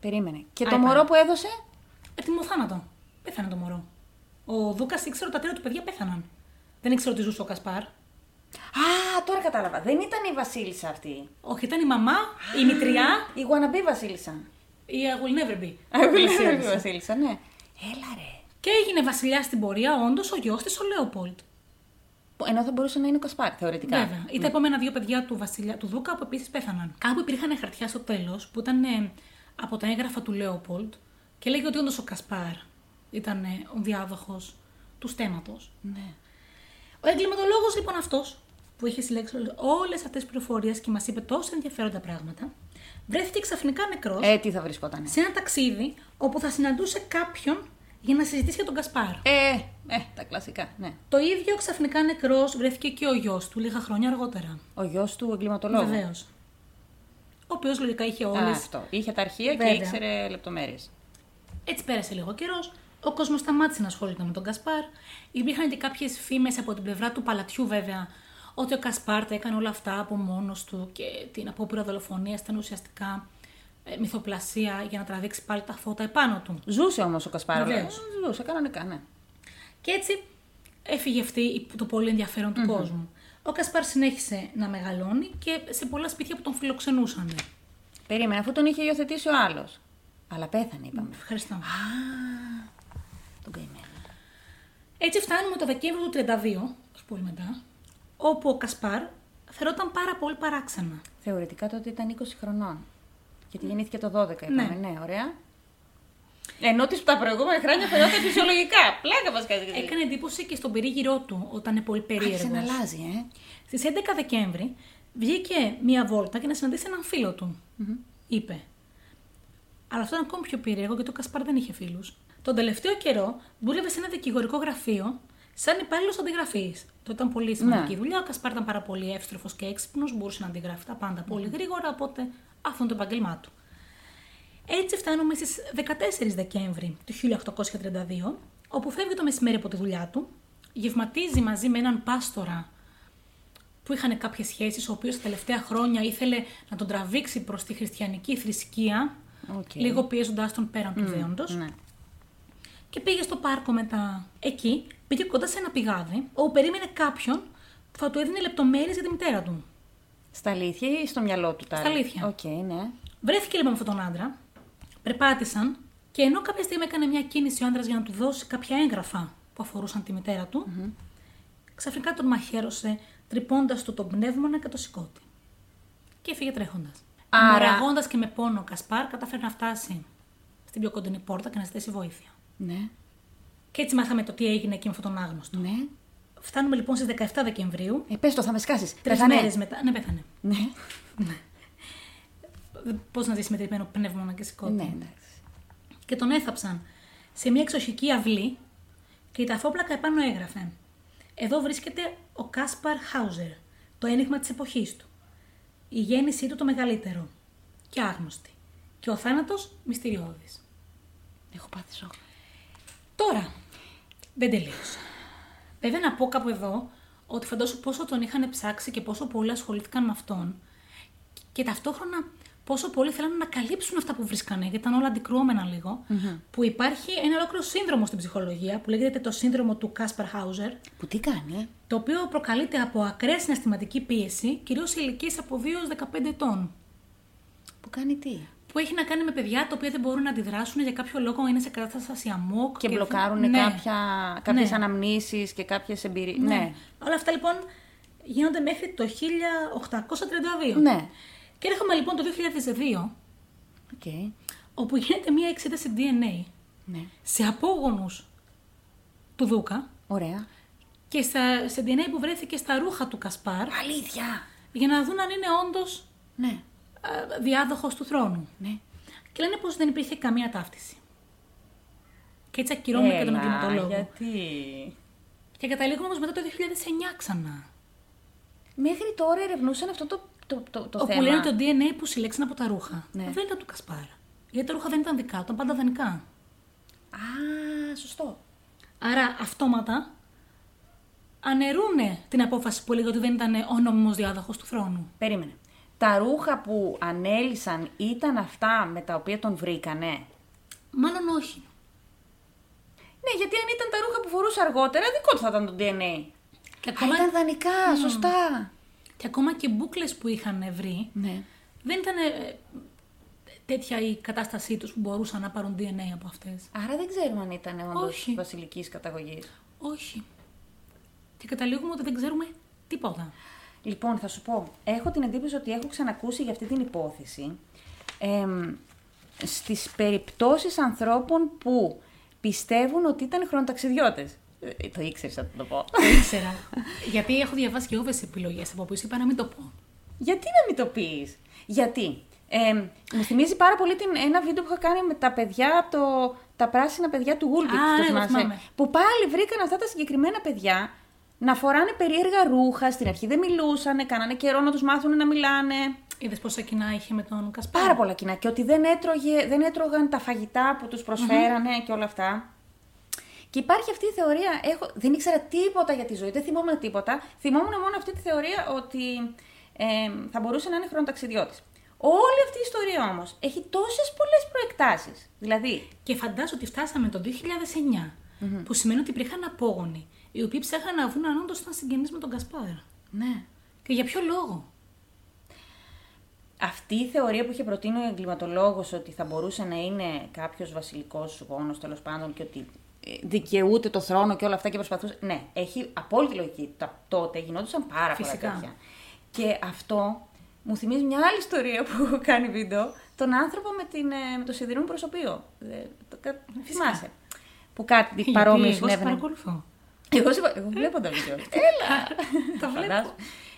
Περίμενε. Και το
Άι,
μωρό
πάμε.
που έδωσε.
Ετοιμό θάνατο. Πέθανε το μωρό. Ο Δούκας ήξερε ότι τα τρία του παιδιά πέθαναν. Δεν ήξερε ότι ζούσε ο Κασπάρ.
Α, τώρα κατάλαβα. Δεν ήταν η Βασίλισσα αυτή.
Όχι, ήταν η μαμά, η μητριά,
Η wannabe Βασίλισσα.
η I will never be.
Βασίλισσα. Βασίλισσα, ναι. Έλα ρε.
Και έγινε βασιλιά στην πορεία, όντως ο γιος της ο Λέοπολτ.
Που- Ενώ θα μπορούσε να είναι ο Κασπάρ, θεωρητικά.
Βέβαια. Ή τα επόμενα δύο παιδιά του, βασιλιά, του Δούκα που επίσης πέθαναν. Κάπου υπήρχαν χαρτιά στο τέλος που ήταν ε, από τα έγγραφα του Λέοπολτ και λέγει ότι όντως ο Κασπάρ ήταν ε, ο διάδοχος του στέματος.
Ναι.
Ο εγκληματολόγος λοιπόν αυτός που είχε συλλέξει όλες αυτές τις πληροφορίες και μας είπε τόσο ενδιαφέροντα πράγματα, βρέθηκε ξαφνικά νεκρός
Ε, τι θα βρισκότανε.
σε ένα ταξίδι όπου θα συναντούσε κάποιον για να συζητήσει για τον Κασπάρ.
Ε, ε, τα κλασικά, ναι.
Το ίδιο ξαφνικά νεκρός βρέθηκε και ο γιος του λίγα χρόνια αργότερα.
Ο γιος του εγκληματολόγου.
Βεβαίως. Ο οποίος λογικά είχε
Α,
όλες.
αυτό. Είχε τα αρχεία
Βέβαια.
και ήξερε λεπτομέρειες.
Έτσι πέρασε λίγο καιρός. Ο κόσμος σταμάτησε να ασχολείται με τον Κασπάρ. Υπήρχαν και κάποιες φήμες από την πλευρά του παλατιού, βέβαια, ότι ο Κασπάρ τα έκανε όλα αυτά από μόνος του και την απόπειρα δολοφονίας ήταν ουσιαστικά ε, μυθοπλασία για να τραβήξει πάλι τα φώτα επάνω του.
Ζούσε όμως ο Κασπάρος.
Βεβαίως.
Ζούσε κανονικά, ναι.
Και έτσι έφυγε αυτή η- το πολύ ενδιαφέρον του κόσμου. Ο Κασπάρ συνέχισε να μεγαλώνει και σε πολλά σπίτια που τον φιλοξενούσαν.
Περίμενε, αφού τον είχε υιοθετήσει ο άλλος. Αλλά πέθανε, είπαμε.
Ευχαριστώ.
Τον καημένο.
Έτσι φτάνουμε το Δεκέμβριο του 32, όχι πολύ μετά, όπου ο Κασπάρ φερόταν πάρα πολύ παράξενα.
Θεωρητικά τότε ήταν 20 χρονών. Γιατί γεννήθηκε το 12,
Ναι.
είπαμε. Ναι, ωραία. Ενώ τις τα προηγούμενα χρόνια φαινόταν φυσιολογικά. Πλάκα μας κάνει.
Έκανε εντύπωση και στον περίγυρό του όταν είναι πολύ
Άρχισε να
περίεργο.
αλλάζει, ε.
Στις 11 Δεκέμβρη βγήκε μία βόλτα για να συναντήσει έναν φίλο του. Είπε. Αλλά αυτό ήταν ακόμη πιο περίεργο γιατί ο Κασπάρ δεν είχε φίλους. Τον τελευταίο καιρό δούλευε σε ένα δικηγορικό γραφείο σαν υπάλληλος αντιγραφής. Το ήταν πολύ σημαντική
Ναι.
δουλειά. Ο Κασπάρ ήταν πάρα πολύ εύστροφος και έξυπνος, μπορούσε να αντιγράφει τα πάντα πολύ
Ναι.
γρήγορα, οπότε αυτό είναι το επάγγελμά του. Έτσι φτάνουμε στις 14 Δεκέμβρη του 1832, όπου φεύγει το μεσημέρι από τη δουλειά του, γευματίζει μαζί με έναν πάστορα που είχαν κάποιες σχέσεις, ο οποίος τα τελευταία χρόνια ήθελε να τον τραβήξει προς τη χριστιανική θρησκεία,
Οκ.
λίγο πιέζοντάς τον πέραν του δέοντος,
Ναι.
και πήγε στο πάρκο μετά. Εκεί πήγε κοντά σε ένα πηγάδι, όπου περίμενε κάποιον που θα του έδινε λεπτομέρειες για τη μητέρα του.
Στα αλήθεια ή στο μυαλό του τα
Στα
άλλα?
αλήθεια.
Οκ, ναι.
Βρέθηκε λοιπόν με αυτόν τον άντρα, περπάτησαν και ενώ κάποια στιγμή έκανε μια κίνηση ο άντρας για να του δώσει κάποια έγγραφα που αφορούσαν τη μητέρα του, ξαφνικά τον μαχαίρωσε τρυπώντας του τον πνεύμονα και το σηκώτη. Και έφυγε τρέχοντας.
Άρα-
Μαραγώντα και με πόνο, ο Κασπάρ κατάφερε να φτάσει στην πιο κοντινή πόρτα και να ζητήσει βοήθεια.
Ναι.
Και έτσι μάθαμε το τι έγινε εκεί με αυτόν τον άγνωστο.
Ναι.
Φτάνουμε λοιπόν στις 17 Δεκεμβρίου,
Ε, πες το, θα με σκάσεις.
τρεις μέρες μετά. Ναι, πέθανε.
Ναι.
Πώς να ζήσει με τρυπμένο πνεύμονα και σηκώτη.
ναι, εντάξει.
και τον έθαψαν σε μια εξοχική αυλή και η ταφόπλακα επάνω έγραφε «Εδώ βρίσκεται ο Κάσπαρ Χάουζερ, το ένιγμα της εποχής του. Η γέννησή του το μεγαλύτερο. Και άγνωστη. Και ο θάνατος μυστηριώδης.
Έχω πάθει σοκ.
Τώρα, δεν τελείωσα. Βέβαια να πω κάπου εδώ ότι φαντάσου πόσο τον είχαν ψάξει και πόσο πολλοί ασχολήθηκαν με αυτόν. Και ταυτόχρονα πόσο πολλοί θέλανε να καλύψουν αυτά που βρίσκανε, γιατί ήταν όλα αντικρουόμενα λίγο, Που υπάρχει ένα ολόκληρο σύνδρομο στην ψυχολογία που λέγεται το σύνδρομο του Κάσπαρ Χάουζερ,
Που τι κάνει, ε?
το οποίο προκαλείται από ακραία συναισθηματική πίεση, κυρίως ηλικία από 2 έως 15 ετών.
που κάνει τι.
Που έχει να κάνει με παιδιά τα οποία δεν μπορούν να αντιδράσουν για κάποιο λόγο, είναι σε κατάσταση αμόκ.
Και μπλοκάρουν
Ναι.
κάποια, κάποιες
Ναι.
αναμνήσεις και κάποιες εμπειρίες.
Ναι.
Ναι.
Όλα αυτά λοιπόν γίνονται μέχρι το 1832.
Ναι.
Και έρχομαι λοιπόν το 2002,
Οκ.
όπου γίνεται μια εξέταση DNA
Ναι.
σε απόγονους του Δούκα
Ωραία.
και στα, σε DNA που βρέθηκε στα ρούχα του Κασπάρ
Αλήθεια.
για να δουν αν είναι όντως
Ναι.
α, διάδοχος του θρόνου.
Ναι.
Και λένε πως δεν υπήρχε καμία ταύτιση. Και έτσι ακυρώνουμε και τον
Έλα,
εγκληματολόγο.
γιατί...
Και καταλήγουμε όμως μετά το 2009 ξανά.
Μέχρι τώρα ερευνούσαν αυτό το, το, το, το
όπου
θέμα.
λένε το DNA που συλλέξαν από τα ρούχα.
Ναι.
Δεν ήταν του Κασπάρα. Γιατί τα ρούχα δεν ήταν δικά του, ήταν πάντα δανεικά.
Α, σωστό.
Άρα αυτόματα ανερούνε την απόφαση που έλεγε ότι δεν ήταν ο νόμιμος διάδοχος του θρόνου.
Περίμενε. Τα ρούχα που ανέλησαν ήταν αυτά με τα οποία τον βρήκανε.
Μάλλον όχι.
Ναι, γιατί αν ήταν τα ρούχα που φορούσε αργότερα, δικό του θα ήταν το DNA.
Και
Α,
ακόμα,
ήταν δανεικά, σωστά.
και, ακόμα και μπουκλες που είχαν βρει
Ναι.
δεν ήταν ε, τέτοια η κατάστασή τους που μπορούσαν να πάρουν DNA από αυτές.
Άρα δεν ξέρουμε αν ήταν όντως
Όχι.
βασιλικής καταγωγής.
Όχι. Και καταλήγουμε ότι δεν ξέρουμε τίποτα.
Λοιπόν, θα σου πω, έχω την εντύπωση ότι έχω ξανακούσει για αυτή την υπόθεση εμ, στις περιπτώσεις ανθρώπων που πιστεύουν ότι ήταν χρονοταξιδιώτες. Ε, το ήξερες να το πω.
Το ήξερα. Γιατί έχω διαβάσει και όβες επιλογές από οποίες είπα να μην το πω.
Γιατί να μην το πεις. Γιατί. Ε, μου θυμίζει πάρα πολύ την, ένα βίντεο που είχα κάνει με τα παιδιά, από το, τα πράσινα παιδιά του Γούλπιτ.
Α,
το
ναι, το
θυμάσαι,
θυμάμαι.
Που πάλι βρήκαν αυτά τα συγκεκριμένα παιδιά να φοράνε περίεργα ρούχα. Στην αρχή δεν μιλούσαν, κάνανε καιρό να τους μάθουν να μιλάνε.
Είδες πόσα κοινά είχε με τον Κασπάρ.
Πάρα πολλά κοινά. Και ότι δεν, έτρωγε, δεν έτρωγαν τα φαγητά που τους προσφερανε και όλα αυτά. Και υπάρχει αυτή η θεωρία. Έχω, δεν ήξερα τίποτα για τη ζωή, δεν θυμόμουν τίποτα. Θυμόμουν μόνο αυτή τη θεωρία ότι ε, θα μπορούσε να είναι χρονοταξιδιώτης. Όλη αυτή η ιστορία όμως έχει τόσες πολλές προεκτάσεις. Δηλαδή,
Και φαντάζομαι ότι φτάσαμε το 2009, που σημαίνει ότι υπήρχαν απόγονοι, οι οποίοι ψάχναν να βρουν αν όντω ήταν συγγενείς με τον Κασπάρ.
ναι.
Και για ποιο λόγο.
Αυτή η θεωρία που είχε προτείνει ο εγκληματολόγος ότι θα μπορούσε να είναι κάποιος βασιλικός γόνος τέλος πάντων και ότι ε, δικαιούται το θρόνο και όλα αυτά και προσπαθούσε. Ναι, έχει απόλυτη λογική. Τα- τότε γινόντουσαν πάρα
Φυσικά.
πολλά τέτοια. Και αυτό μου θυμίζει μια άλλη ιστορία που έχω κάνει βίντεο. Τον άνθρωπο με, την, ε, με το σιδηρούν προσωπείο. Ε, το, κα- θυμάσαι. Που κάτι παρόμοιο
Γιατί εγώ σε Ε,
συνέβαινε.
παρακολουθώ.
Εγώ, σε- εγώ βλέπω τα βίντεο. Έλα!
Τα βλέπω.
Φαντάζομαι.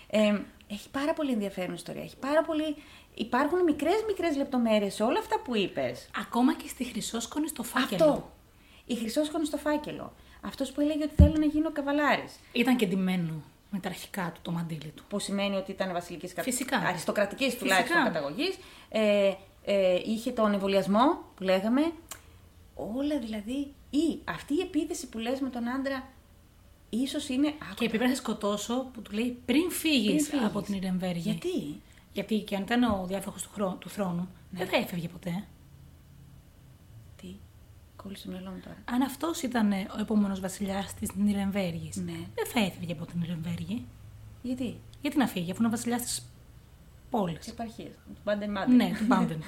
Ε, έχει πάρα πολύ ενδιαφέρον ιστορία. Έχει πάρα πολύ... Υπάρχουν μικρές μικρές λεπτομέρειες σε όλα αυτά που είπες.
Ακόμα και στη Χρυσόσκονη στο φάκελο.
Αυτό. Η χρυσόσκονη στο φάκελο. Αυτός που έλεγε ότι θέλω να γίνω καβαλάρης.
Ήταν και ντυμένο με τα αρχικά του το μαντίλι του.
Που σημαίνει ότι ήταν βασιλικής κατα...
Φυσικά.
αριστοκρατικής
Φυσικά.
τουλάχιστον καταγωγής. Ε, ε, είχε τον εμβολιασμό που λέγαμε. Όλα δηλαδή. Ή αυτή η επίθεση που λες με τον άντρα ίσως είναι...
Και επειδή πρέπει να σε σκοτώσω, που του λέει πριν
Πριν
φύγεις
φύγεις.
από την Ιρεμβέργη.
Γιατί?
Γιατί και αν ήταν ο διάδοχος του, χρό- του θρόνου,
Ναι.
δεν θα έφευγε ποτέ.
Τι, κόλλησε το μυαλό μου τώρα.
Αν αυτός ήταν ο επόμενος βασιλιάς της Νιρεμβέργη,
Ναι.
δεν θα έφευγε από την Νιρεμβέργη.
Γιατί,
Γιατί να φύγει, αφού είναι ο βασιλιάς της πόλης.
τη επαρχίας. Του Μπάντεν Μάντεν.
ναι, του Μπάντεν.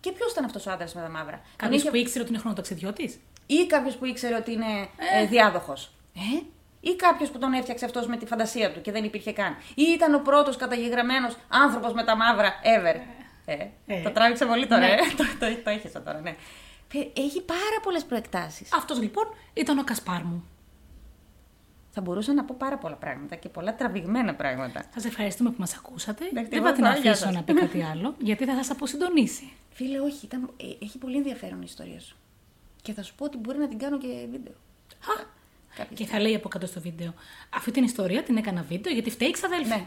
Και ποιος ήταν αυτός ο άντρας με τα μαύρα.
Κάποιο
Τον
που ήξερε ότι είναι χρονοταξιδιώτης.
Ή κάποιος που ήξερε ότι είναι ε. διάδοχος. Ε? Ή κάποιος που τον έφτιαξε αυτός με τη φαντασία του και δεν υπήρχε καν. Ή ήταν ο πρώτος καταγεγραμμένος άνθρωπος με τα μαύρα ever. Ε.
Ε.
Το τράβηξα πολύ τώρα.
Ναι.
Ε. το, το, το έχεσα τώρα, ναι. Πε- Έχει πάρα πολλές προεκτάσεις.
Αυτός λοιπόν ήταν ο Κασπάρ μου.
Θα μπορούσα να πω πάρα πολλά πράγματα και πολλά τραβηγμένα πράγματα.
Σας ευχαριστούμε που μας ακούσατε.
Εντάξει,
Δεν
εγώ
θα την
πάω, γεια
αφήσω
σας.
να πει κάτι άλλο, γιατί θα σας αποσυντονίσει.
Φίλε, όχι, ήταν, ε, έχει πολύ ενδιαφέρον η ιστορία σου. Και θα σου πω ότι μπορεί να την κάνω και βίντεο.
Α,
Κάποια
και θα λέει από κάτω στο βίντεο. Αυτή την ιστορία την έκανα βίντεο γιατί φταίει η ξαδέλφη.
Ναι.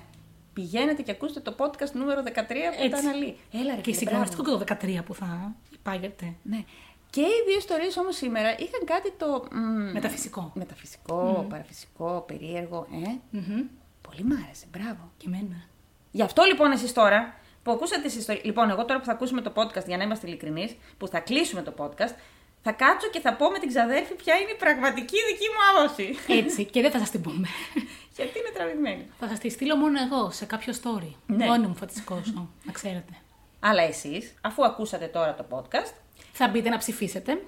Πηγαίνετε και ακούστε το podcast νούμερο 13 που
Έτσι.
τα αναλύει. Έλα, ρε,
Και
φίλε, μπράβο.
συγκλονιστικό και το 13 που θα υπάγεται.
Ναι. Και οι δύο ιστορίες όμως σήμερα είχαν κάτι το. μ,
Μεταφυσικό.
Μεταφυσικό, παραφυσικό, περίεργο. Ε.
Μμμ.
Πολύ μ' άρεσε. Μπράβο.
Και εμένα.
Γι' αυτό λοιπόν εσείς τώρα που ακούσατε τις ιστορίε. Λοιπόν, εγώ τώρα που θα ακούσουμε το podcast, για να είμαστε ειλικρινείς, που θα κλείσουμε το podcast, θα κάτσω και θα πω με την ξαδέρφη ποια είναι η πραγματική δική μου άποψη.
Έτσι, και δεν θα σας την πούμε.
Γιατί είναι τραβηγμένη.
θα σας τη στείλω μόνο εγώ σε κάποιο story.
Ναι.
Μόνη μου θα τη σηκώσω, να ξέρετε.
Αλλά εσείς, αφού ακούσατε τώρα το podcast,
Θα μπείτε να ψηφίσετε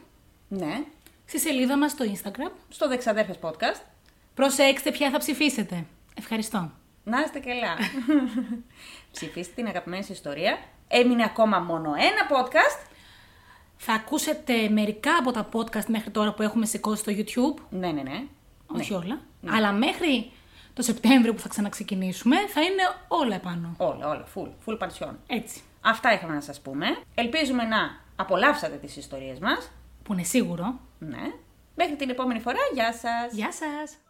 ναι,
στη σελίδα μας στο Instagram.
στο Δεξαδέρφες Podcast,
Προσέξτε ποια θα ψηφίσετε. Ευχαριστώ.
να είστε καλά. Ψηφίστε την αγαπημένη σας ιστορία. Έμεινε ακόμα μόνο ένα podcast.
Θα ακούσετε μερικά από τα podcast μέχρι τώρα που έχουμε σηκώσει στο YouTube.
Ναι, ναι, ναι.
Όχι όλα. Αλλά μέχρι το Σεπτέμβριο που θα ξαναξεκινήσουμε θα είναι όλα επάνω.
Όλα, όλα, full, full πανσιόν.
Έτσι.
Αυτά είχαμε να σας πούμε. Ελπίζουμε να απολαύσατε τις ιστορίες μας.
Που είναι σίγουρο.
Ναι. Μέχρι την επόμενη φορά, γεια σας!
Γεια σας!